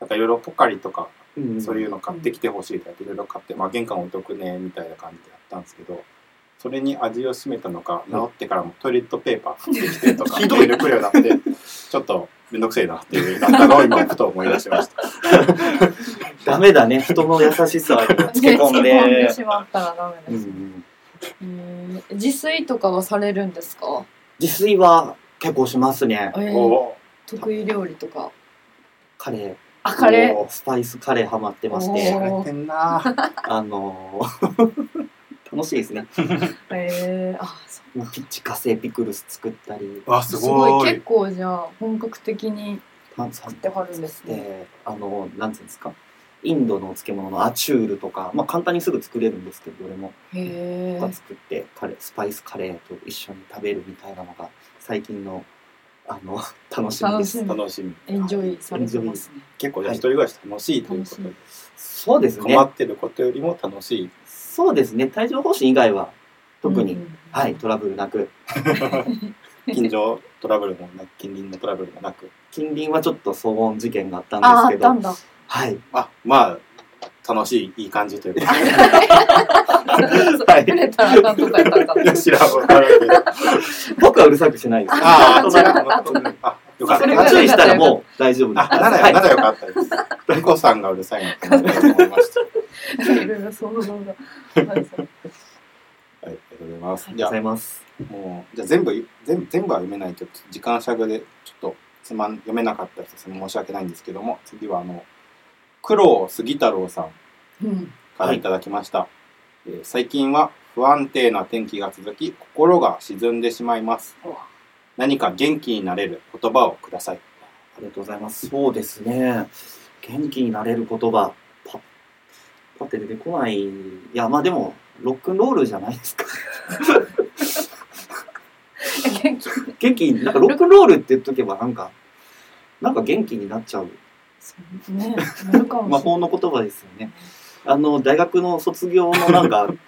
B: なんかいろいろポカリとか
A: うん
B: そういうの買ってきてほしいとかいろいろ買って、まあ、玄関置いとくねみたいな感じでやったんですけどそれに味を占めたのか
A: うん
B: 治ってからもトイレットペーパー買ってきてとか
A: ひどい
B: いろいろ来るようになってちょっと面倒くせえなっていうようになったのを今ふと思い出しました。
A: ダメだね人の優しさ
C: な。
A: につけ込
C: 漬
A: ん
C: け込ん
A: で
C: でしまったらダメ
A: う
C: で
A: んう
C: す。
A: ん
C: うん自炊とかはされるんですか。
A: 自炊は結構しますね
C: えー、
B: お
C: 得意料理とか。
A: カレ
C: あカレー。
A: ースパイスカレーハマってまし
B: ー
A: て
B: やれてんなー
A: あのー 楽しいですね
C: えー、あそう
A: もうピッチ火星ピクルス作ったり
B: わ
C: す
B: す
C: ご
B: ご
C: い
B: い
C: 結構じゃあ本格的に
A: 炭酸
C: 食ってはるんですね。
A: であのなんていうんですかインドの漬物のアチュールとか、まあ、簡単にすぐ作れるんですけど俺も
C: へえ
A: が作ってカレースパイスカレーと一緒に食べるみたいなのが最近のあの 楽しみで
C: 楽し
A: す
C: み
B: 楽しみ
C: エンジョイされてますね。
B: 結構じゃあ一人暮らし楽しいということで
C: 楽
A: そうですね
B: 困ってることよりも楽し い
A: そうですね帯状疱疹以外は特に、
C: うんうん
A: はいトラブルなく
B: 近所トラブルもなく近隣のトラブルもなく
A: 近隣はちょっと騒音事件があった
C: あ
A: ん
C: あ
A: で
C: っ
A: すけ
C: た
A: ど
C: んだ。
A: はい
B: あまあ楽しいいい感じということで
C: 触れたらあかんとかやったらあかん
B: いや知らんわからんけど
A: 僕はうるさくしないです。
B: あー
A: それ
B: あとなんかあよかっ
C: それぐ
B: た
C: らい
A: 注意したらもう大丈夫です。
B: あならならよかったです猫さんがうるさいなと思いました
C: いろいろ想像
B: は
C: が。
B: い、ありがとうございます。
A: り
B: じゃ
A: がとうございます。
B: あ、もう、じゃあ全部、全部、全部は読めないと、時間しゃぐで、ちょっと、つまん、読めなかった人、その申し訳ないんですけども、次は、あの、苦労杉太郎さん
C: うん。
B: からいただきました。えー最近は不安定な天気が続き、心が沈んでしまいます
C: うわ。
B: 何か元気になれる言葉をください。
A: ありがとうございます。そうですね。元気になれる言葉、パッ、パッて出てこない。いや、まあでも、ロックンロールじゃないですか。
C: 元気。
A: 元気に、なんかロックンロールって言っとけば、なんか、なんか元気になっちゃう。
C: そうね。なるか
A: 魔
C: もしれ
A: 法の言葉ですよね。あの、大学の卒業のなんか、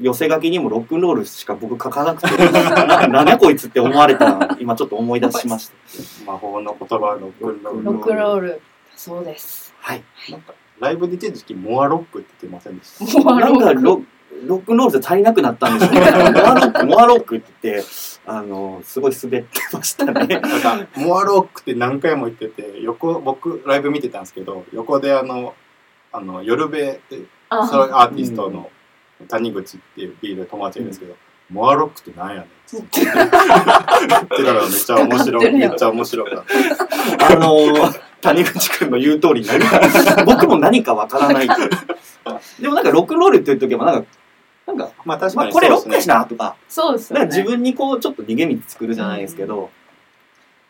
A: 寄せ書きにもロックンロールしか僕書かなくて、ななんだこいつって思われたの今ちょっと 思い出しました。
B: 魔法の言葉、ロックンロー
C: な
B: ル。
C: い。ロックロール。そうです。
A: はい。
B: なんかライブで出てる時期、モアロックって言ってませんでした。
C: モア
A: なんか
C: ロッ
A: ロロックンロールじゃ足りなくなったんでしょう ね。モアロック、モアロックって言って、あの、すごい滑ってました ね。
B: なんかモアロックって何回も言ってて横僕ライブ見てたんですけど横であのあの夜べって
C: あ
B: そのアーティストの谷口っていうビール友達いるんですけど、モアロックってなんやねん って言ってたらめっちゃ面白いめ っちゃ面白かった
A: あの、谷口くんの言う通りになり僕も何かわからないという。でもなんかロックンロールって言っとけば、なんか、なんか、
B: まあ確
A: ま
B: か
A: あ、
B: にそ
A: こ
B: う
A: れ
B: で
A: ロ
B: す
A: ッ
B: ね
A: クやしなとか、
C: そうです
A: だか
C: よ
A: ら
C: ね。
A: 自分にこうちょっと逃げ道作るじゃないですけど、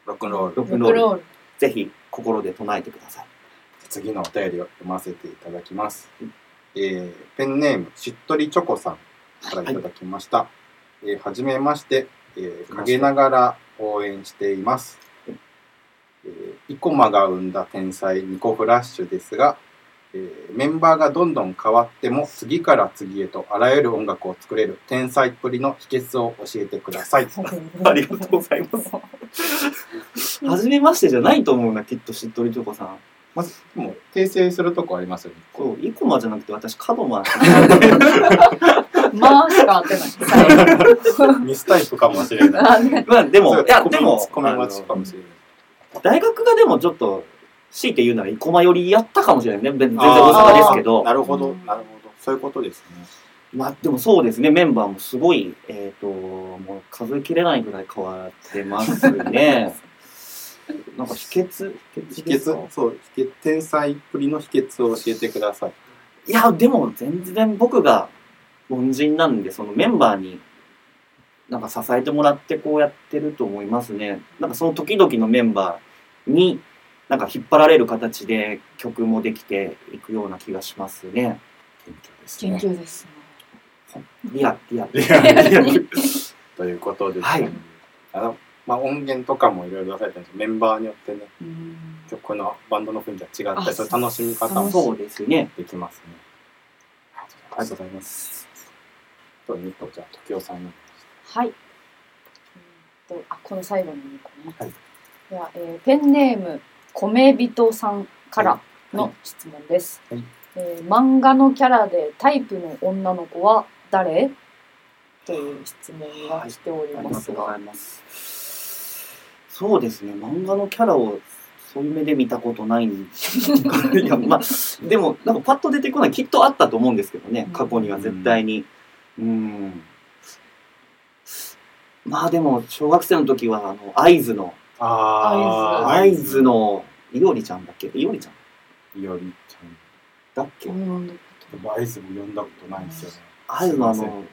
B: ロックンロール
A: ロックン
C: ロック
A: ロール
C: ロール。
A: ぜひ心で唱えてください。
B: 次のお便りを読ませていただきます。えーペンネームしっとりチョコさんからいただきました。えーはじめまして、えー陰ながら応援しています。えー、イコマが生んだ天才ニコフラッシュですが、えーメンバーがどんどん変わっても次から次へとあらゆる音楽を作れる天才っぷりの秘訣を教えてください。
A: ありがとうございます。初めましてじゃないと思うな、きっとしっとりチョコさん。
B: まず、でも訂正するとこありますよね。
A: そう、生駒じゃなくて私、角間。
C: まあしか合ってない。
B: ミスタイプかもしれ ない。
C: あね
A: まあでも、
B: そう
A: い
B: ツッ
A: や、
B: コミ
A: でも
B: ツッ、コミはつくかもしれない。
A: 大学がでもちょっと、強いて言うなら生駒よりやったかもしれないね。全然大阪ですけ
B: あー
A: ど。
B: なるほど、
C: うん
B: なるほど。そういうことですね。
A: まあでもそうですね、メンバーもすごい、えっ、と、もう数えきれないぐらい変わってます ね。なんか秘訣
B: 秘
A: 秘訣ですか
B: 訣、そう、秘訣、天才っぷりの秘訣を教えてください。
A: いや、でも全然僕が凡人なんで、そのメンバーになんか支えてもらってこうやってると思いますね。なんかその時々のメンバーになんか引っ張られる形で曲もできていくような気がしますね。
B: 謙虚です
C: 研究です。
A: リア、リア。
B: ということです、
A: はい
B: あの、まあ、音源とかもいろいろ出されてるんですけどメンバーによってね、
C: うん
B: 曲のバンドの雰囲気が違った
C: あ
B: り、そういう楽しみ方も
A: そうですね。
B: できますね。
A: ありがとうござい
B: ま。
A: ますす。
B: と、ニコちゃん、時代さんの。
C: はい。えーっとあこの最後の2個ね。
B: はい
C: では、えーペンネーム米人さんから
A: は
C: の
A: い
C: 質問です、
B: はい
C: えー漫画のキャラでタイプの女の子は誰という質問が来ており
A: あり
C: ま
A: が
C: す
A: とう
C: が、
A: ございます。そうですね、漫画のキャラをそういう目で見たことないん でいや、まあ、でも、なんかパッと出てこない、きっとあったと思うんですけどね
C: うん、
A: 過去には絶対に。うん。まあでも、小学生の時は、あの、会津の、
C: あー
A: 会津。の、いおりちゃんだっけいおりちゃん
B: いよりちゃん。
A: だっけ
C: うんな
B: でも合図も読んだことないんですよね。
A: 会津のあ
B: すいま
A: の、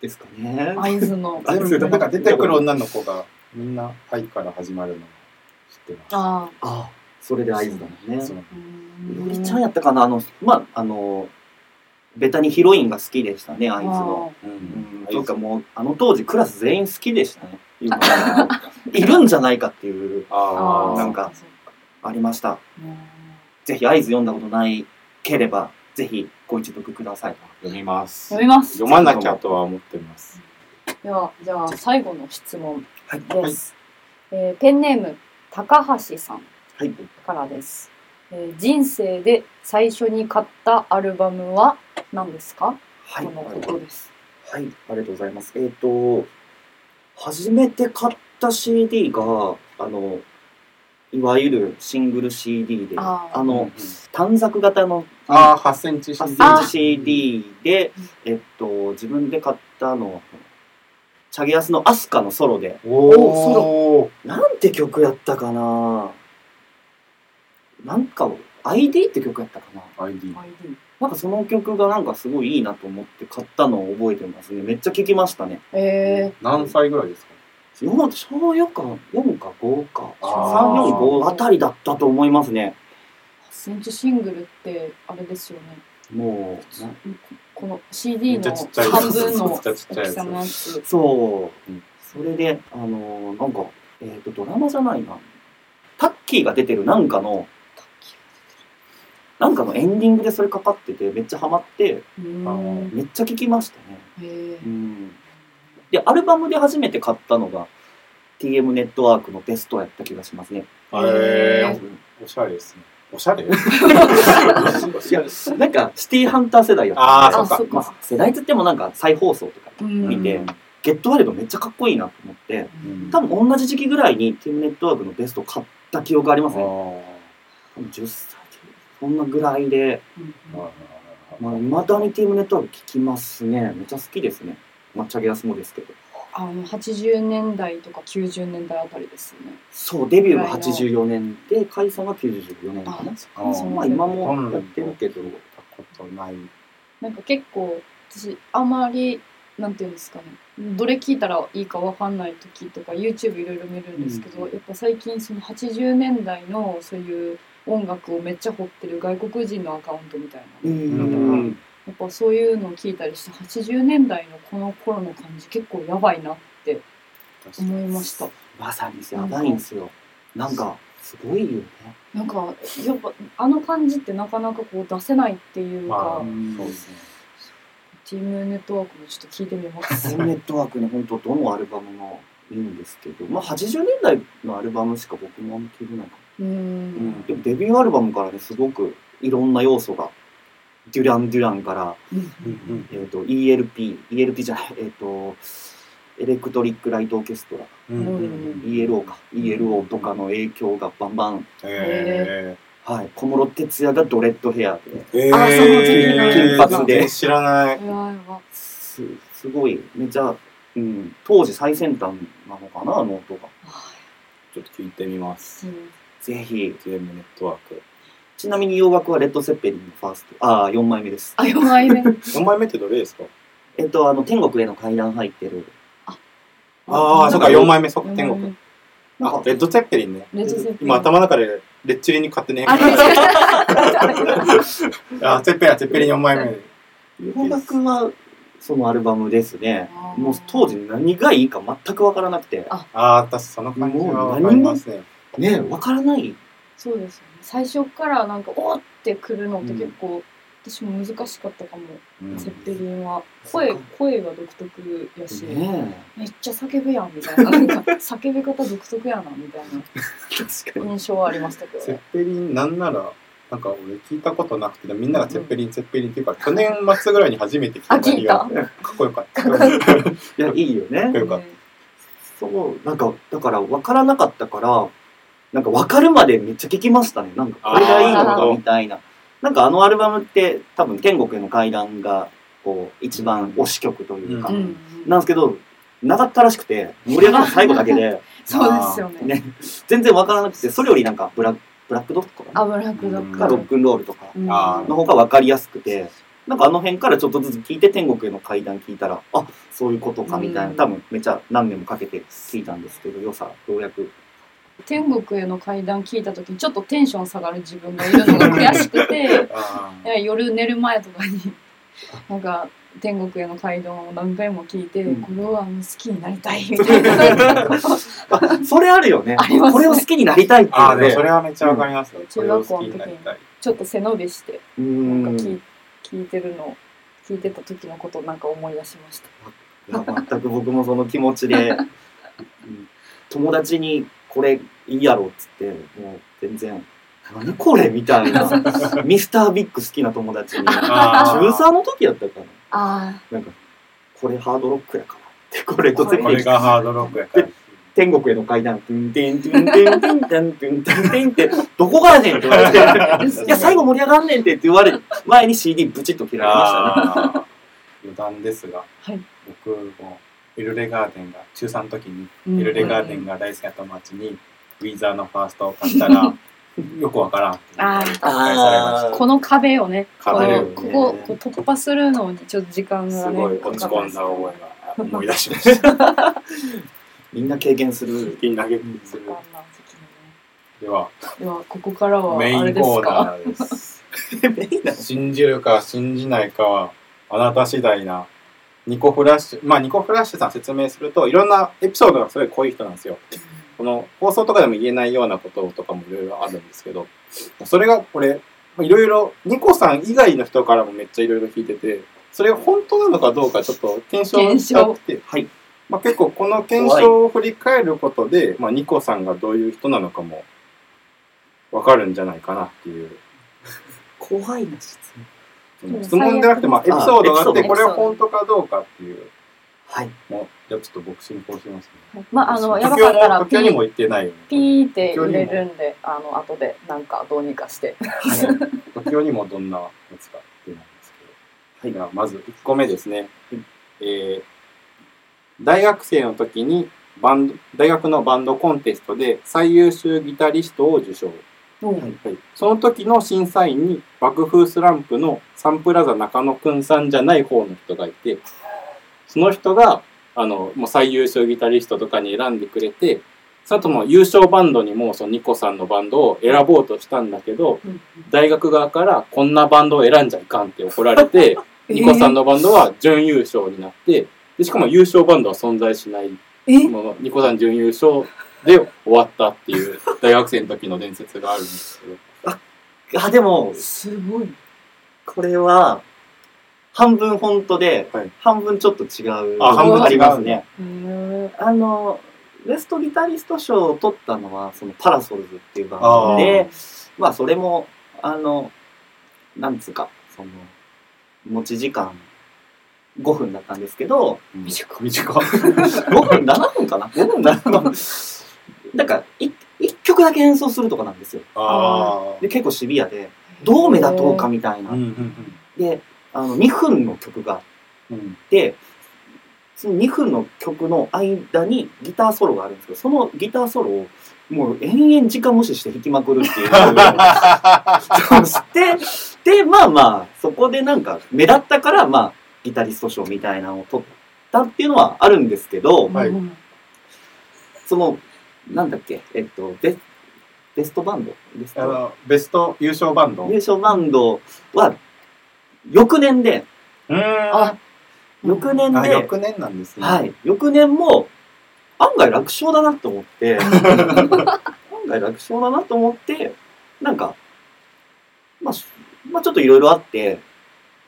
A: ですかね。
C: 会津の
A: あ
B: 全部なんか出てくる女の子がみんな「はい」から始まるの知ってま
C: あ
A: ああ、それで会津だもんね
B: す。。そう
C: ーう
A: よりちゃんやったかなあのまああのベタにヒロインが好きでしたねあいつの。
B: う
A: うん
B: ん
A: というかもうあの当時クラス全員好きでした ねゆうこさんのいるんじゃないかっていう
C: あ
B: あ
C: ー
B: あ
A: なんか
C: そうか
A: ありました
C: そうか
A: ぜひ合図読んだことないければぜひご一読ください
B: 読みます
C: 読みます
B: 読まなきゃとは思ってます
C: ではじゃあ最後の質問
A: はい
C: です、えーペンネーム高橋さん
A: はい
C: からです、えー人生で最初に買ったアルバムは何ですか
A: はい
C: このことです。
A: はい、ありがとうございます。えっ、と、初めて買った CD が、あの、いわゆるシングル CD で、
C: あ
A: あ
C: ー
A: の、短冊型の
B: ああ、8センチシリ
A: 8
B: ー
A: センチ CD で、えっと、自分で買ったのは、チャゲアスのアスカのソロで、
B: ズ。お
A: おソ
B: お、
A: なんて曲やったかななんか、ID って曲やったかな
B: ID。
C: ID
A: なんかその曲がなんかすごいいいなと思って買ったのを覚えてますね。めっちゃ聴きましたね。
C: え
B: 何歳ぐらいですか
A: 四小四か4か5か
B: あー
A: 3四5あたりだったと思いますね
C: ー、8センチシングルってあれですよね。
A: もうな
C: この
B: め
C: CD
B: っちゃ
C: の
B: ちっちゃい
C: 半分の
B: めっ
C: 大
B: ちゃちっちゃい
C: き
B: やつ
C: さのやつ。
A: そう、
B: うん
A: それであのーなんかえっ、とドラマじゃないなタッキーが出てるなんかのなんかのエンディングでそれかかっててめっちゃハマって
C: う
B: あ
C: ー
B: ー
C: ん。
A: めっちゃ聴きましたね
C: へえ
A: う。んでアルバムで初めて買ったのが TM ネットワークのベストやった気がしますね
C: へ
B: え
C: ー
B: ー、おしゃれですね。おしゃれ
A: いやなんかシティハンター世代やったんで
B: あー
C: あ、
B: そ
C: そっ
A: ま
C: か
A: あ。、世代つってもなんか再放送とか、
C: うん
A: 見てゲットワイルドめっちゃかっこいいなと思って、
B: うん
A: 多分同じ時期ぐらいにティムネットワークのベスト買った記憶があり
B: あ
A: ますね。
B: ー
A: 多分10歳、そんなぐらいで、
C: うん
B: あ
A: まあ、未だにティムネットワーク聞きますね。めっちゃ好きですね。まあ、チャゲアスもですけど。
C: あの80年代とか90年代あたりですよね。
A: そう、デビューが84年で、解散が94年かな。
B: あ
C: そうな
A: まあ、
C: んだ
A: 今もやってるけど、
B: ー。ことない。
C: なんか結構私あまりなんていうんですかねどれ聞いたらいいかわかんない時とか YouTube いろいろ見るんですけど、
A: うん
C: やっぱ最近その80年代のそういう音楽をめっちゃ掘ってる外国人のアカウントみたい
B: う
C: な、
A: う。
B: んん。
C: やっぱそういうのを聞いたりして80年代のこの頃の感じ結構やばいなって思いました。
A: まさにやばいんですよ。なんか、すごいよね。
C: なんかやっぱあの感じってなかなかこう出せないっていう
B: ま
C: か、
B: あ、そうですね。
C: チームネットワークもちょっと聞いてみま
A: テ
C: す
A: ィ。ムネットワークの本当どのアルバムもいいんですけど、まあ、80年代のアルバムしか僕もあんま聞いてないか
C: う
A: な、
C: ん。
A: でもデビューアルバムからねすごくいろんな要素がデュラン・デュランから、えー、と ELP ELP じゃないえっ、とエレクトリック・ライト・オーケストラ
B: うんうんうん
A: ELO か ELO とかの影響がバンバン、
B: え
A: はい、小室哲哉がドレッドヘアで
B: ーえー。
C: あその時の
A: 金髪で
B: 全然知らない。
C: うわうわ
A: すすごいめちゃ、うん、当時最先端なのかなあの音が。
B: ちょっと聞いてみます。
A: ぜひ
B: TM ネットワーク。
A: ちなみに洋楽はレッド・セッペリンのファースト、ああ、4枚目です。
C: あ、4枚目。
B: 4枚目ってどれですか
A: えっと、あの、天国への階段入ってる。
B: ああ、そっか、4枚目、そっか、天国。。
A: なん
B: あ
A: か、、
B: レッド・ツェッペリンね。
C: レッドツェッペリン
B: 今、頭の中で、レッチリに勝手に
C: あ
B: 変
C: れ
B: 換して
C: 違う
B: あ、ツェッペリン、ツェッペリン4枚目。
A: 洋楽はそのアルバムですね。もう当時何がいいか全くわからなくて。
B: ああ、確かその感じはわかりますね。
A: ねえ、わからない。
C: そうですよね。最初からなんか、おーってくるのって結構、私も難しかったかも。
B: うん
C: セッペリンは。声、声が独特やし、
A: ね
C: めっちゃ叫ぶやん、みたいな。なんか、叫び方独特やな、みたい
A: え。確か
C: な。印象はありましたけど
B: ツェッ
C: ね。
B: ペリン、なんなら、なんか俺聞いたことなくて、みんながツェッペリン、ツェッペリンっていうか、去年末ぐらいに初めて聞い
C: あ、
B: た
C: 聞いた。
B: かっこよかった。かっ
A: いや、いいよね
B: こ。よかっ
A: そう、なんか、だからわからなかったから、なんかわかるまでめっちゃ聞きましたね。なんか、これがいいのかみたいな。なんかあのアルバムって多分天国への階段が、こう、一番推し曲というか。
C: うんうん。
A: なんですけど、なかったらしくて、盛り上がった最後だけで、
C: そうですよね。
A: ね、全然わからなくて、それよりなんかブラブラックドッグか
C: あ、ブラックドッ
A: な
C: グ。
A: かロックンロールとか
C: うん
B: あー
A: の方がわかりやすくて、なんかあの辺からちょっとずつ聞いて、天国への階段聞いたら、あそういうことかみたいな、
C: うん
A: 多分めちゃ何年もかけて聞いたんですけど、良さ、ようやく。
C: 天国への階段聞いた時にちょっとテンション下がる自分がいるのが悔しくて
B: た。あー
C: え夜寝る前とかになんか天国への階段を何回も聞いて、
A: うん
C: これはもう好きになりたいみた いな
A: あそれあるよね。
C: ありますね
A: これを好きになりたいって
B: あー、で
A: い
B: も
A: う
B: そ
A: ね。
B: れはめっちゃわかりますね。
C: 中学校の時
B: これを好きに
C: に
B: なりたい。
C: ちょっと背伸びして
A: う
C: なん
A: ん
C: か聞い聞いてるの聞いてた時のことをなんか思い出しました。
A: いや全く僕もその気持 ちで、うん友達にこれいいやろっつってもう全然「何これ?」みたいなミスタービッグ好きな友達に
B: あー
A: 中3の時やったかな
C: あ
A: なんかこれハードロックやからってこれと
C: これ
A: 全
B: こ
A: 部
B: れがハードロックやから。
A: 天国への階段トゥンテントゥンテントゥンテントゥンテンテンってどこがやねんって言われて
C: あ。
A: いや最後盛り上がんねんってって言われる前に CD ブチッと切られましたね
B: あー余談ですが、
C: はい
B: 僕もエルレガーデンが中3の時に
C: うん
B: エルレガーデンが大好きな友達にウィザーのファーストを買った らよくわからんって
C: あ
B: 返さ
C: ー
B: れまし
A: あー
C: この壁をね、こ
B: 壁
C: の
B: をね
C: こここう突破するのにちょっと時間
B: た
C: が
B: す
C: ね。
B: ごい落ち込んだ覚えが思い出しました
A: みんな経験する
B: 銀投げす
C: 時
B: る
C: 間なん
B: では
C: ですねではここからはあ
B: メイ
C: れ
B: ン
C: です
B: コー
C: か。
B: ナーです
A: な
B: 信じるか信じないかはあなた次第なニコフラッシュまあニコフラッシュさん説明するといろんなエピソードがすごい濃い人なんですよ この放送とかでも言えないようなこととかもいろいろあるんですけど、それがこれ、いろいろ、ニコさん以外の人からもめっちゃいろいろ聞いてて、それが本当なのかどうかちょっと検証したくて、
A: はい
B: まあ、結構この検証を振り返ることで、まあ、ニコさんがどういう人なのかもわかるんじゃないかなっていう。
A: 怖いな質問
C: うん
B: 質問じゃなくて、まあ、エピソードがあっ
A: あエ
B: て、
A: ピソード
B: これは本当かどうかっていう。
A: はい
B: もうじゃあちょっと僕進行しますね。
C: まああのやば
B: 東京
C: かっ
B: も
C: たら
B: 東
C: ピ
B: 京にも
C: ー
B: 行ってないよね。
C: ピーって入れるんで、あの後でなんかどうにかして。
B: 時にもどんなやつかってなんですけど、はい、まず1個目ですね、えー大学生の時にバンド大学のバンドコンテストで最優秀ギタリストを受賞、
A: ん
B: はい、その時の審査員に爆風スランプのサンプラザ中野くんさんじゃない方の人がいてその人があのもう最優秀ギタリストとかに選んでくれて佐藤の優勝バンドにもそのニコさんのバンドを選ぼうとしたんだけど、大学側からこんなバンドを選んじゃいかんって怒られて、 ニコさんのバンドは準優勝になって、でしかも優勝バンドは存在しない
C: えー。え
B: もの、ニコさん準優勝で終わったっていう大学生の時の伝説があるんですけど、
A: あでも
C: すごい。
A: これは半分本当で、
B: はい
A: 半分ちょっと違う
B: あ
C: 半分
A: ありますね
C: うん
A: あのベストギタリスト賞を取ったのはそのパラソルズっていうバンドでまあそれもあのなんつうかその持ち時間5分だったんですけど
B: うん
C: 短
B: 短い。
A: 5分7分かな5分7分だから 1, 曲だけ演奏するとかなんですよ
B: あ
A: で結構シビアでどう目立とうかみたい
B: あ。
A: な、
B: うんうん
A: であの2分の曲があっ
B: うんうん。
A: てその2分の曲の間にギターソロがあるんですけどそのギターソロをもう延々時間無視して弾きまく るっていうそうしてでまあまあそこでなんか目立ったからまあギタリスト賞みたいなのを取ったっていうのはあるんですけど
B: はい
C: うん
A: そのなんだっけえっとベベストバンドベス
B: あ
A: ト
B: の、ベスト優勝バンド。
A: 優勝バンドは翌年で
B: うーん。
C: あ
A: 翌年
B: あ、
A: で、
B: 翌年なんですね。
A: はい、翌年も案外楽勝だなと思っ て案外楽勝だなと思ってなんか、まあ、まあちょっといろいろあって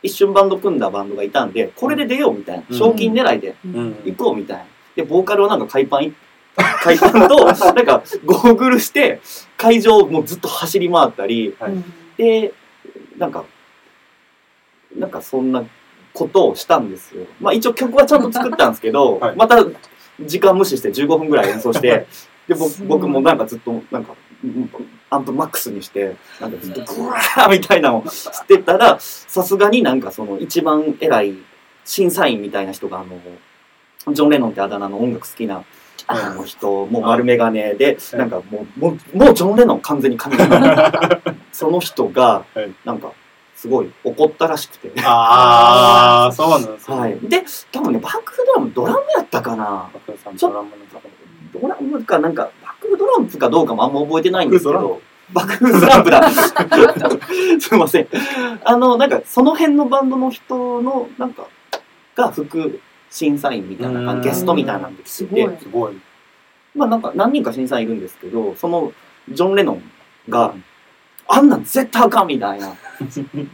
A: 一瞬バンド組んだバンドがいたんでこれで出ようみたいな
B: うん
A: 賞金狙いで
B: う
C: う
B: ん
C: ん。
A: 行こうみたいなでボーカルをなんか海パンい 海パンとなんかゴーグルして会場をもうずっと走り回ったり
B: はい
A: でなんかなんかそんなことをしたんですよまあ一応曲はちゃんと作ったんですけど、
B: はい
A: また時間無視して15分ぐらい演奏してで僕
C: すごい
A: 僕もなんかずっとなんかうんアンプマックスにしてなんかずっとグワーみたいなのをしてたらさすがになんかその一番偉い審査員みたいな人があのジョン・レノンってあだ名の音楽好きなあの人もう丸眼鏡で
B: はい
A: なんかもうもうもうジョン・レノン完全に髪型その人が
B: はい
A: なんかすごい怒ったらしくて。
B: ああ、そうなんですね。
A: はい、で多分ねバックドラムドラムやったかな
B: バクさん
A: ちょ
B: ドラムの方
A: ドラムかなんかバックドラムかどうかもあんま覚えてないんですけ
B: バッ
A: どバックドラムだ すいませんあのなんかその辺のバンドの人のなんかが副審査員みたいな感じ
B: うーん
A: ゲストみたいなんで来
C: す
A: て
C: ごい
A: て。
B: すごい。
A: まあなんか何人か審査員いるんですけど、そのジョン・レノン
B: う
A: が
B: ん、
A: あんなん絶対あかんみた いな。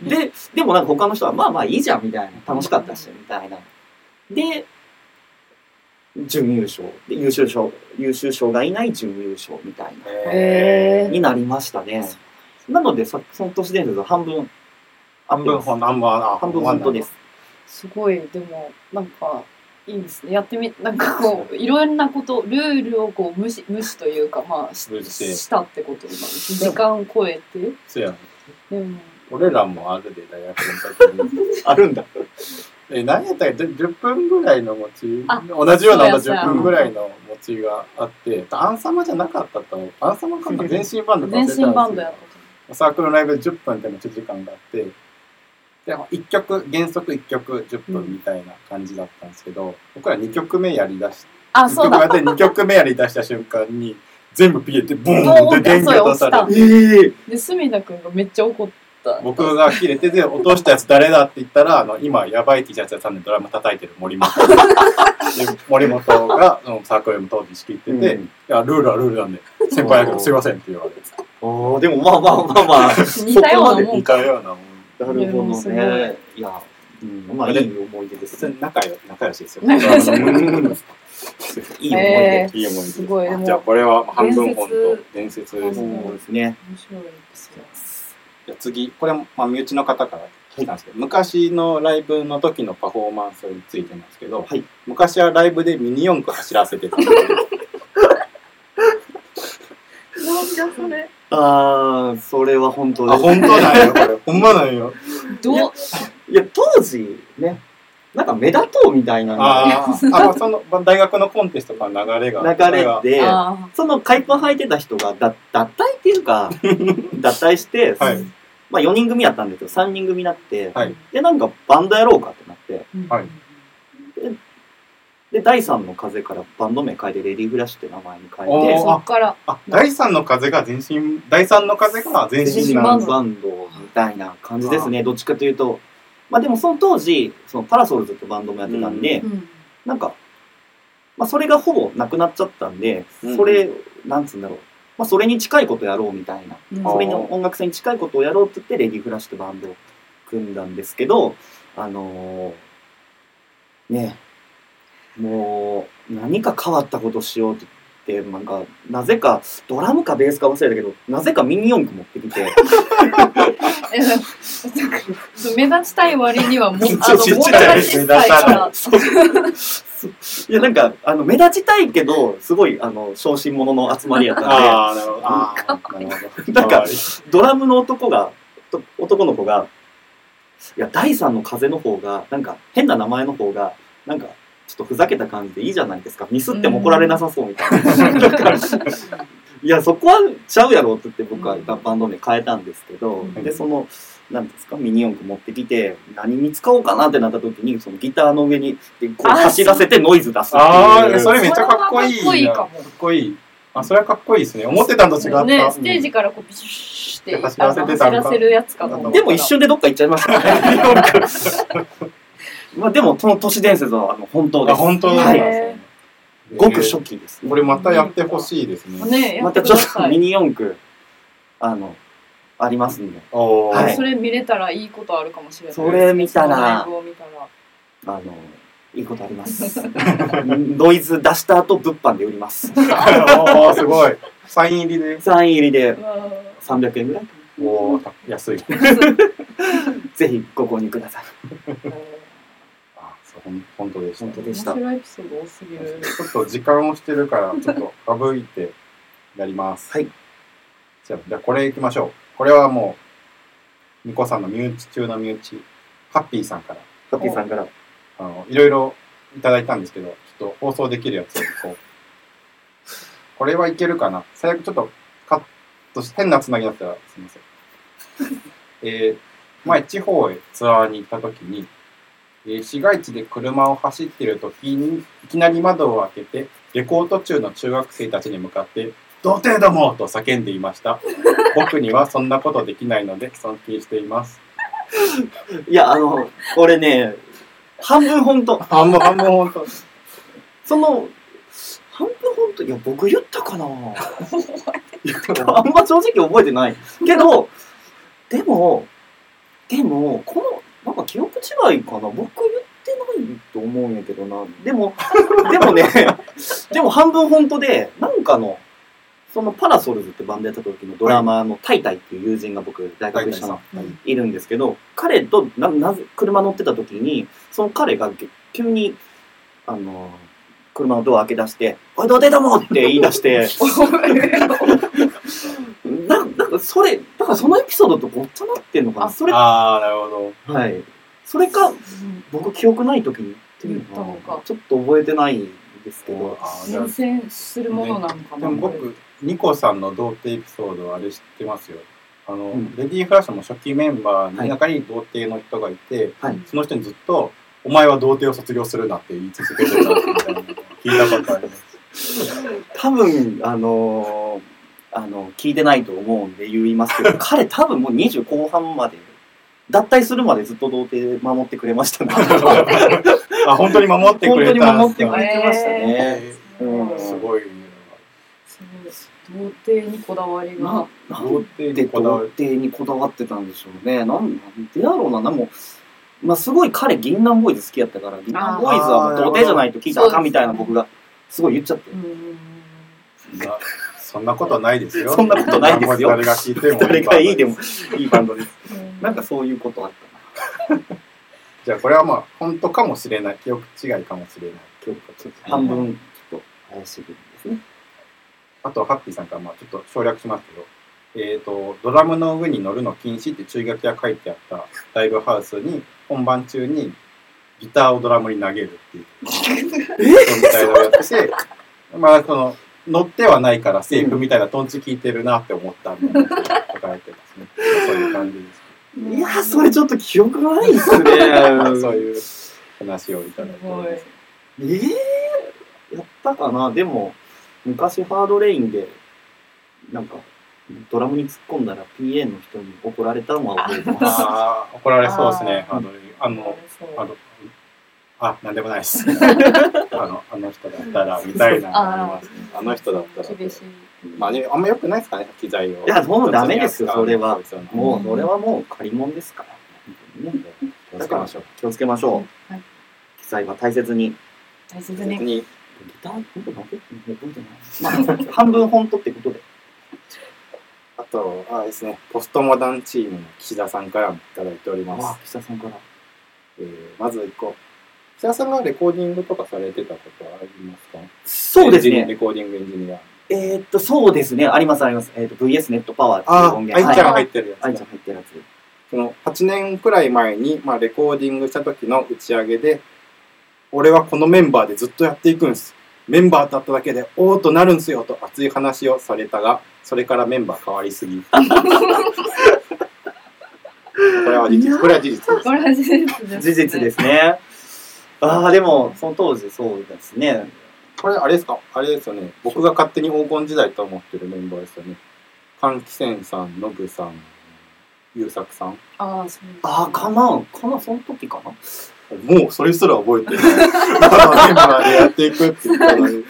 A: で、でもなんか他の人は、まあまあいいじゃんみたいな。楽しかったし、みたいな。で、準優勝。で、優秀賞、優秀賞がいない準優勝みたいな。
C: へー
A: になりましたね。なので、さその都市伝説は半分、
B: 半分本、半分、あ。
A: 半分本当ですす。
C: すごいでもなんかいいですねやってみなんかこういろんなことルールをこう無視無視というかまあし
B: 無視して
C: したってことなんです時間を超えて
B: そうやん
C: でも
B: 俺らもあるで大学の時に
A: あるんだ。
B: え何やったっけじゅ10分ぐらいの持ち
C: あ
B: 同じようなまた
C: そうや
B: 10分ぐらいの持ちがあってアンサマじゃなかったとアンサマかな全身バンドか忘れたん
C: 全
B: ですけ
C: 身
B: ど
C: バンドやったと
B: サークルのライブで10分っていうの1時間があってで1曲原則1曲10分みたいな感じだったんですけど、僕ら2曲目やりだし
C: あ
B: 1
C: そう
B: 曲
C: だ
B: やって2曲目やりだした瞬間に全部ピゲってボ
C: ボ
B: ー
C: ー
B: ン
C: ン
B: っ
C: ってて
B: 電気を出さ
C: そう
B: れ
C: 落
B: て
A: ええ
C: で隅田君がめっちゃ怒った
B: 僕が切れてで落としたやつ誰だって言ったらあの今やばい T シャツ屋さんでドラム叩いてる森 本で森本がそのサークルも当時仕切ってて、いやルールはルールなんで先輩だけどすいませんって言われて
A: おーでもまあまあまあ まあ。
C: 似たような
A: そこまで
C: もん
B: 似たようなもん
A: なるほどね。いや、
B: うん
A: まあいい思い出で
B: 普
A: す
B: 通
A: ね。
B: に仲よ仲良しですよ。
C: 仲良し
B: うん
A: いい思い
C: え
A: 出。
B: いい思い出です
C: すごいでも
B: じゃあこれは半分本と伝説ですね。
A: そうですね。
C: 面白いです
B: じゃあ次これもまあ身内の方から聞いたんですけど、昔のライブの時のパフォーマンスについてなんですけど、
A: はい
B: 昔はライブでミニ四駆走らせ てた。
C: なんだそれ
A: ああ、それは本当
B: あ
A: です
B: 本
A: ね。
B: 当なんよこれ。ほんまなんよ。
C: どう
A: いや、当時ね、なんか目立とうみたいな
B: あーあまあそのまあ大学のコンテストから流れが
A: 流れ
B: が
A: で、
C: あ
A: その海パン履いてた人がだ脱退っていう か、脱退して、
B: はい
A: まあ4人組やったんですけど、3人組になって、
B: はい
A: で、なんかバンドやろうかってなって、
C: ー
B: はい
A: で、第3の風からバンド名変えて、レディーフラッシュって名前に変
B: お
A: え
C: で
A: て、
B: ー
C: そっから
B: あ第三の風が全身第三の風が全
A: 全
B: 身
A: 身
B: な
A: バ
B: ん
A: ン
B: です。
A: ドみたいな感じですね、どっちかというと。まあでもその当時、そのパラソルズってバンドもやってたんで、
C: うん
A: なんか、まあそれがほぼなくなっちゃったんで、
B: うん
A: それ、なんつうんだろう。まあそれに近いことやろうみたいな。
C: うん
A: それの音楽性に近いことをやろうって言って、レディーフラッシュとバンドを組んだんですけど、あのーねえ、もう、何か変わったことしようって言って、なんか、なぜか、ドラムかベースか忘れたけど、なぜかミニ四駆持ってきて、
C: えなんか目立ちたい割にはもうあ
B: ち
C: の
B: っちゃい
C: 物が小さいから
A: いや、なんか、あの、目立ちたいけど、すごい、あの、小心者の集まりやったん
B: ああなるほど。あーなるほど。
A: なんか
B: かわいい
A: で、ドラムの男が、と男の子が、いや、第三の風の方が、なんか、変な名前の方が、なんか、ちょっとふざけた感じでいいじゃないですか。ミスっても怒られなさそうみたいな。なんか いや、そこはちゃうやろって言って僕は
C: うん
A: バンド名変えたんですけど、
C: うん
A: で、その、なんですか、ミニ四駆持ってきて、何に使おうかなってなった時に、そのギターの上に、でこう
C: あ
A: 走らせてノイズ出すっていう。
B: あーそれめっちゃかっこいいな。
C: それはかっこいいかも
B: かっこいいあ、それはかっこいいですね。思ってたんと違った。
C: ね、ステージからこうビシュッて
B: 走らせてた
C: あ
B: のか
C: の走らせるやつかと思った
A: でも一瞬でどっか行っちゃいまし たね。まあでもその都市伝説はあの本当で
B: あ、
A: す。
B: 本当
A: は
B: なん
A: い
B: だ。
C: へ
A: ごく初期です、
B: これまたやってほしいですね。
C: ねや
A: ま
C: って
A: た
C: く
A: ちょ
C: だ
A: っ
C: さ
A: と
C: い
A: ミニ四駆あのありますんで、
B: おお、
A: はい
C: それ見れたらいいことあるかもしれない
A: それ見たら
C: そのライブを見たら
A: あのいいことあります。 ノイズ出した後物販で売ります。
B: おーすごい。サイン入りで。
A: サイン入りで
C: うわー
A: 300円ぐらい。
B: おお、安い。
A: ぜひご購入ください。
B: あ、そう、ほん本当でした。
A: 本当
B: ち
A: でした
C: 面白いエピソード多すぎる
B: ょっと時間をしてるから、ちょっと省いてやります。
A: はい。
B: じゃあ、じゃあこれ行きましょう。これはもう、ニコさんの身内中の身内、ハッピーさんから。
A: ハッピーさんから。
B: あの、いろいろいただいたんですけど、ちょっと放送できるやつをこう。これはいけるかな最悪ちょっとカットして、変なつなぎだったらすみません。えー、前地方へツアーに行った時に、えー市街地で車を走っている時に、いきなり窓を開けて、下校途中の中学生たちに向かって、童貞どもと叫んでいました。僕にはそんなことできないので尊敬しています。
A: いやあのこれね半分本当。
B: あんま、あんま本当。
A: その半分本当いや僕言ったかな。 あんま正直覚えてない。けど、でも、でも、この、なんか記憶違いかな。僕言ってないと思うんやけ どな。でも、でもね、でも半分本当で、なんかの、そのパラソルズってバンドやった時のドラマーのタイタイっていう友人が僕大学一緒の
C: うん
A: いるんですけど彼とななぜ車乗ってた時にその彼が急にあの車のドア開け出して「おいどうでども!」って言い出してななんかそれだからそのエピソードとごっちゃなってんのかな
C: あ
A: それ
B: ああ、なるほど。
A: はいそれか僕記憶ない時にっていう
C: 言
A: の
C: ったの
A: は
C: か
A: ちょっと覚えてないんですけど
B: あーじゃ
C: 厳選するものなのか
B: あ
C: な
B: でも僕、ニコさんの童貞エピソードあれ知ってますよ。あの、
A: うん
B: レディー・フラッシュの初期メンバーの中に童貞の人がいて、
A: はい
B: その人にずっと、お前は童貞を卒業するなって言い続けてるなみたいなのを聞いたことあり ます。
A: 多分あのーあの聞いてないと思うんで言いま すけど彼多分もう20後半まで脱退するまでずっと童貞守ってくれましたね
B: あ、本当に守ってく
A: 本当
B: れ
A: に
B: たん
A: 守
B: です
A: って
B: か
A: くれてましたね、
B: え
A: うん
B: ーすごいね。
C: すごい童貞にこだわりが
A: ななん
B: 童貞
A: で
B: にこだわ
A: 童
B: る。
A: 貞にこだわってたんでしょうねなんなんでだろうななんもまあすごい彼銀杏ボーイズ好きやったから銀杏ボーイズはもう童貞じゃないと聞いたらあかんみたいな僕がすごい言っちゃって
C: うんうんうん
B: なそんなことないですよ。
A: そんなことないですよ
B: 誰が聞いても。
A: 誰がいいでも。いいバンドです
C: うん
A: なんかそういうことあったな
B: じゃあこれはまあ、本当かもしれない。記憶違いかもしれない。
A: 今日はちょっと半分ちょっと怪しい部分ですね
B: あと、ハッピーさんからまあちょっと省略しますけど、えっ、と、ドラムの上に乗るの禁止って注意書きが書いてあったライブハウスに、本番中にギターをドラムに投げる っていう、みたいなのをやってて、まあ、その、乗ってはないからセーフみたいなトンチ聞いてるなって思ったみたいなことが書かれてますね。 そういう感じです。
A: いやーそれちょっと記憶がないですね
B: そういう話をいただいております。
A: えー、やったかなでも昔ハードレインでなんかドラムに突っ込んだら PA の人に怒られたのは覚えてます
B: ああ、怒られそうですね。あの、あの、
C: そう
B: あの、あ、なんでもないです。あの、あの人だったら、みたいなのがありますね。あの人だったら。
C: 厳しい
B: まあね、あんま良くないですかね、機材を。
A: いやもうダメですよそれは
B: そうですよね
A: もうそれはもう借り物ですから本当にね
B: 気をつけましょう。
A: 気をつけましょう
C: はい
A: 機材は大切に
C: 大切
B: 別
C: に
B: に、
A: ギター本当なんで覚えてないまあ半分本当ってことで
B: あと、あれですね、ポストモダンチームの岸田さんからもいただいており
A: あ
B: ます。
A: 岸田さんから
B: えーまず一個。岸田さんがレコーディングとかされてたことはありますか
A: そうです
B: エンジニアレ
A: ね
B: コーディングエンジニア。
A: えー、っとそうですねありますあります、えー、っと VS ネットパワーっていう音
B: あい
A: 源
B: ちゃん
A: はい
B: 入ってるやつだ。
A: 愛ちゃん入ってるやつ
B: その8年くらい前に、まあ、レコーディングした時の打ち上げで、俺はこのメンバーでずっとやっていくんです。メンバーだっただけで、おーっとなるんすよと熱い話をされたが、それからメンバー変わりすぎ。これは事実。これは事実です
C: こ。れは事実です
A: 事実です ね。ああ、でも、その当時そうですね。
B: これあれですかあれですよね。僕が勝手に黄金時代と思ってるメンバーですよね。換気扇さん、ノブさん、優作さん。
C: ああそう
A: ああ、かなかなその 時かな
B: もうそれすら覚えてない。 まだメンバーでやっていくって言ったのに。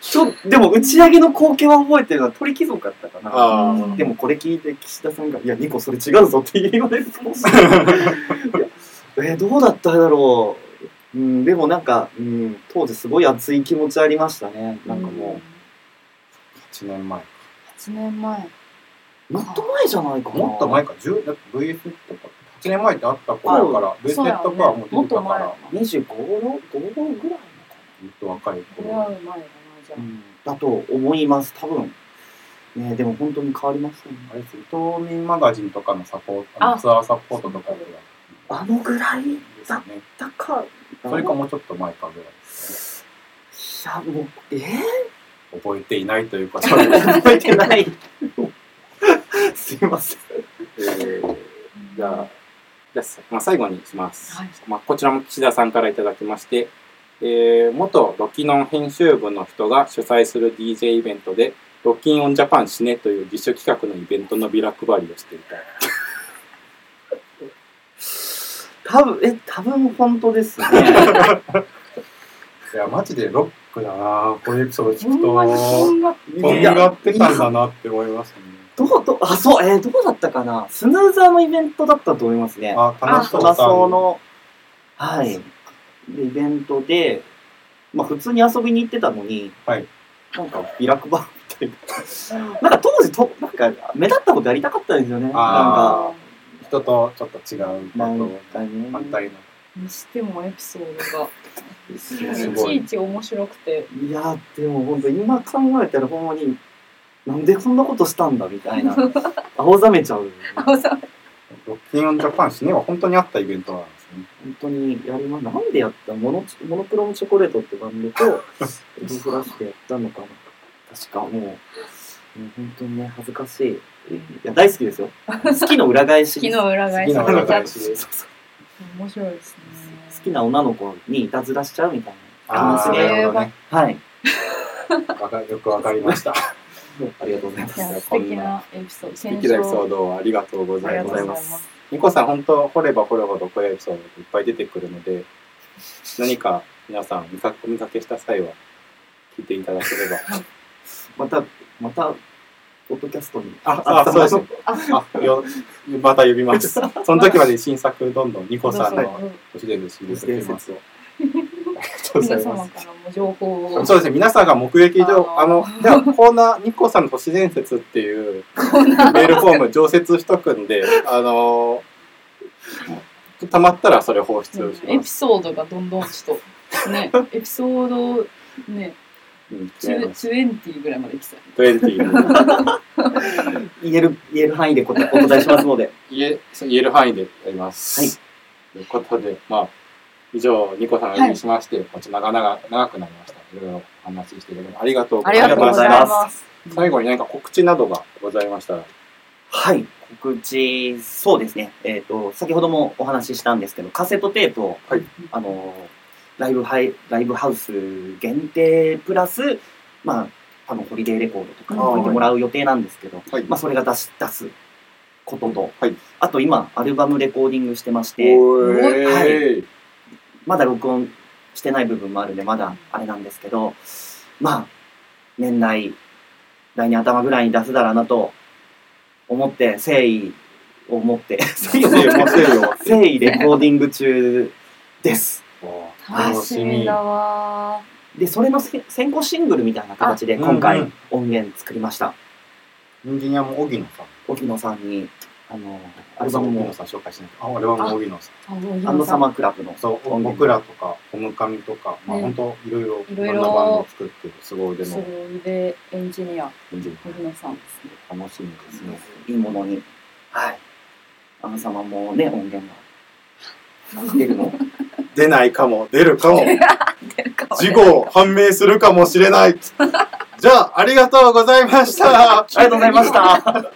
A: ちょ、でも、打ち上げの光景は覚えてるのは鳥貴族だったかな。
B: あ
C: う
B: あ
C: ん。
A: でも、これ聞いて岸田さんが、いや、ニコ、それ違うぞって言われるかもしれ ない。いやえーどうだっただろう。うん、でもなんか、うん、当時すごい熱い気持ちありましたね。なんかも
B: 8年前。
C: 8年前
A: う、もっと前じゃないかな。
B: もっと前か、10だって VS とか、8年前ってあった頃だから、
C: そうや
B: VS
C: ね
B: とかはもう出てたから、
C: もっと
A: 25、5ぐらいのかな。
B: ずっと若い
C: 出会
B: 頃。
C: う前だなじゃ
A: だと思います、多分。ね、でも本当に変わりましたね。
B: あれです伊藤民マガジンとかのサポート、
C: あ
B: あのツアーサポートとかやって
A: あのぐらい
B: た
A: だ
B: ん
A: っ
B: ですよね。
A: たか。
B: それかもうちょっと前かぐらいです
A: いや、もう、え
B: ね。覚えていないということで、
A: ー、覚えてない。 すいません。
B: え ー
C: あ
B: じゃあ、じゃあまあ、最後にします、
C: はい
B: まあ。こちらも岸田さんからいただきまして、えー元ロキノン編集部の人が主催する DJ イベントで、ロキンオンジャパン死ねという自主企画のイベントのビラ配りをしていた。
A: 多分、え、多分本当で すね。
B: いや、マジでロックだなこういうエピソード
C: ほんまにこんな
A: とんがってたんだ
B: なって思いますね。
A: どう、どう、あ、そう、えー、どうだったかな。スヌーザーのイベントだったと思いますね。
B: あ、楽しそ
A: ト
B: うだ
A: マソの、はい、イベントで、まあ普通に遊びに行ってたのに、
B: はい
A: なんかビラ配るみたいな。なんか当時と、なんか目立ったことやりたかったんですよね。なんか、
B: あ人とちょっと違うこ
A: なん
B: と
A: かね。
B: 反対の
C: にしてもエピソードが
A: す
C: い
A: ご
C: ち
A: い。
C: いち面白くて
A: いや、でも本当今考えたらほんまに、なんでこんなことしたんだみたいな。青ざめちゃうよね。
C: 青さ
B: ロッキンオンジャパンシネは本当にあったイベントなんですね
A: 本当にやりま、なんでやったモノチモノクロムチョコレートってバンドと、エビフラッシュでやったのかな。確かもう、もう本当にね、恥ずかしい。いや、大好きですよ。好きの裏返し。
C: 木の裏返し
B: 木の裏返し
A: そうそう
C: 面白いですね
A: 好きな女の子にいたずらしちゃうみたい
C: あー
B: ーなるほどね
A: な。はい。
B: わかよくわかりました
A: ありがとうございます。
C: い や素敵なエピソー ド
B: 素敵なエピソー
C: ド
B: ドをありがとうござい
A: ありがとう
B: ま
A: ございます
B: す
C: す
B: ニコさん本当掘れば掘るほどこういうエピソードがいっぱい出てくるの で何か皆さん見かお見かけした際は聞いていただければ
A: また、また、ポッドキャストに。
B: ああそうですねあよまた呼びますその時まで新作どんどんニコさんの都市伝説入れておき ますありがとうござい
C: 皆
B: ま
C: 様
B: す
C: からも情報を
B: そうですね皆さんが目撃上
C: あ
B: あ
C: ー
B: のじゃあコーナーニコさんの都市伝説っていうメールフォーム常設しとく んであのーたまったらそれ放出し
C: エ
B: ま
C: ピ
B: す。
C: ソードがどんどんちょっと ねエピソードね
B: うん
C: ツー20ぐらいまで来た
B: 20
A: 言える、言える範囲で答えお答えしますので。
B: 言え言える範囲でやります。ということで、まあ、以上、ニコさんをお呼びしまして、こっち長々長くなりました。いろいろお話ししていただきありがとうご
C: あ
B: ざい
C: りがとうご
B: ます
C: ざい。ます
B: 最後に何か告知などがございましたら、
A: はい。告知、そうですね。えっ、と、先ほどもお話ししたんですけど、カセットテープを、
B: はい
A: あの、ライブハイ、ライブハウス限定プラス、まあ、あの、ホリデーレコードとかに
C: あー
A: 置いてもらう予定なんですけど、
B: はい
A: まあ、それが出し、出すことと、
B: はい
A: あと今、アルバムレコーディングしてまし
B: お
A: て、
B: ーい
A: まだ録音してない部分もあるんで、まだあれなんですけど、まあ、年内、来年頭ぐらいに出せたらなと思って、誠意を持って、 誠意を持って
B: せよよ
A: 誠意レコーディング中です。
C: 楽しみだわ
A: で、それのせ先行シングルみたいな形で、
B: あ
A: 今
B: うんう
A: 回
B: ん
A: 音源作りました。
B: エンジニアも荻野さん。
A: 沖野さんに、あの、ア
B: ア
A: ル
B: ル
A: バ
B: バ
A: ム
B: ムも荻
A: も
B: 野、さん紹介しないと。あ、俺はもう荻野さん。
C: ーあどうぞ
A: アンドサマークラブの、
B: そう、僕らとか、ホムカミとか、まあ
C: ね
B: 本当いろいろ、い
C: いろ
B: ろ
C: いろ
B: んなバンドを作ってる、すごいで
C: そ
B: も、
C: れでエンジニア
B: エンジニ
C: 小野さんですね
B: ア楽しみですね。
A: いいものに、はい。アン様もね、音源が出る の。
B: 出ないかも、出るかも。
C: 出るかもね
B: 事後判明するかもしれない。じゃあ、ありがとうございました。
A: ありがとうございました。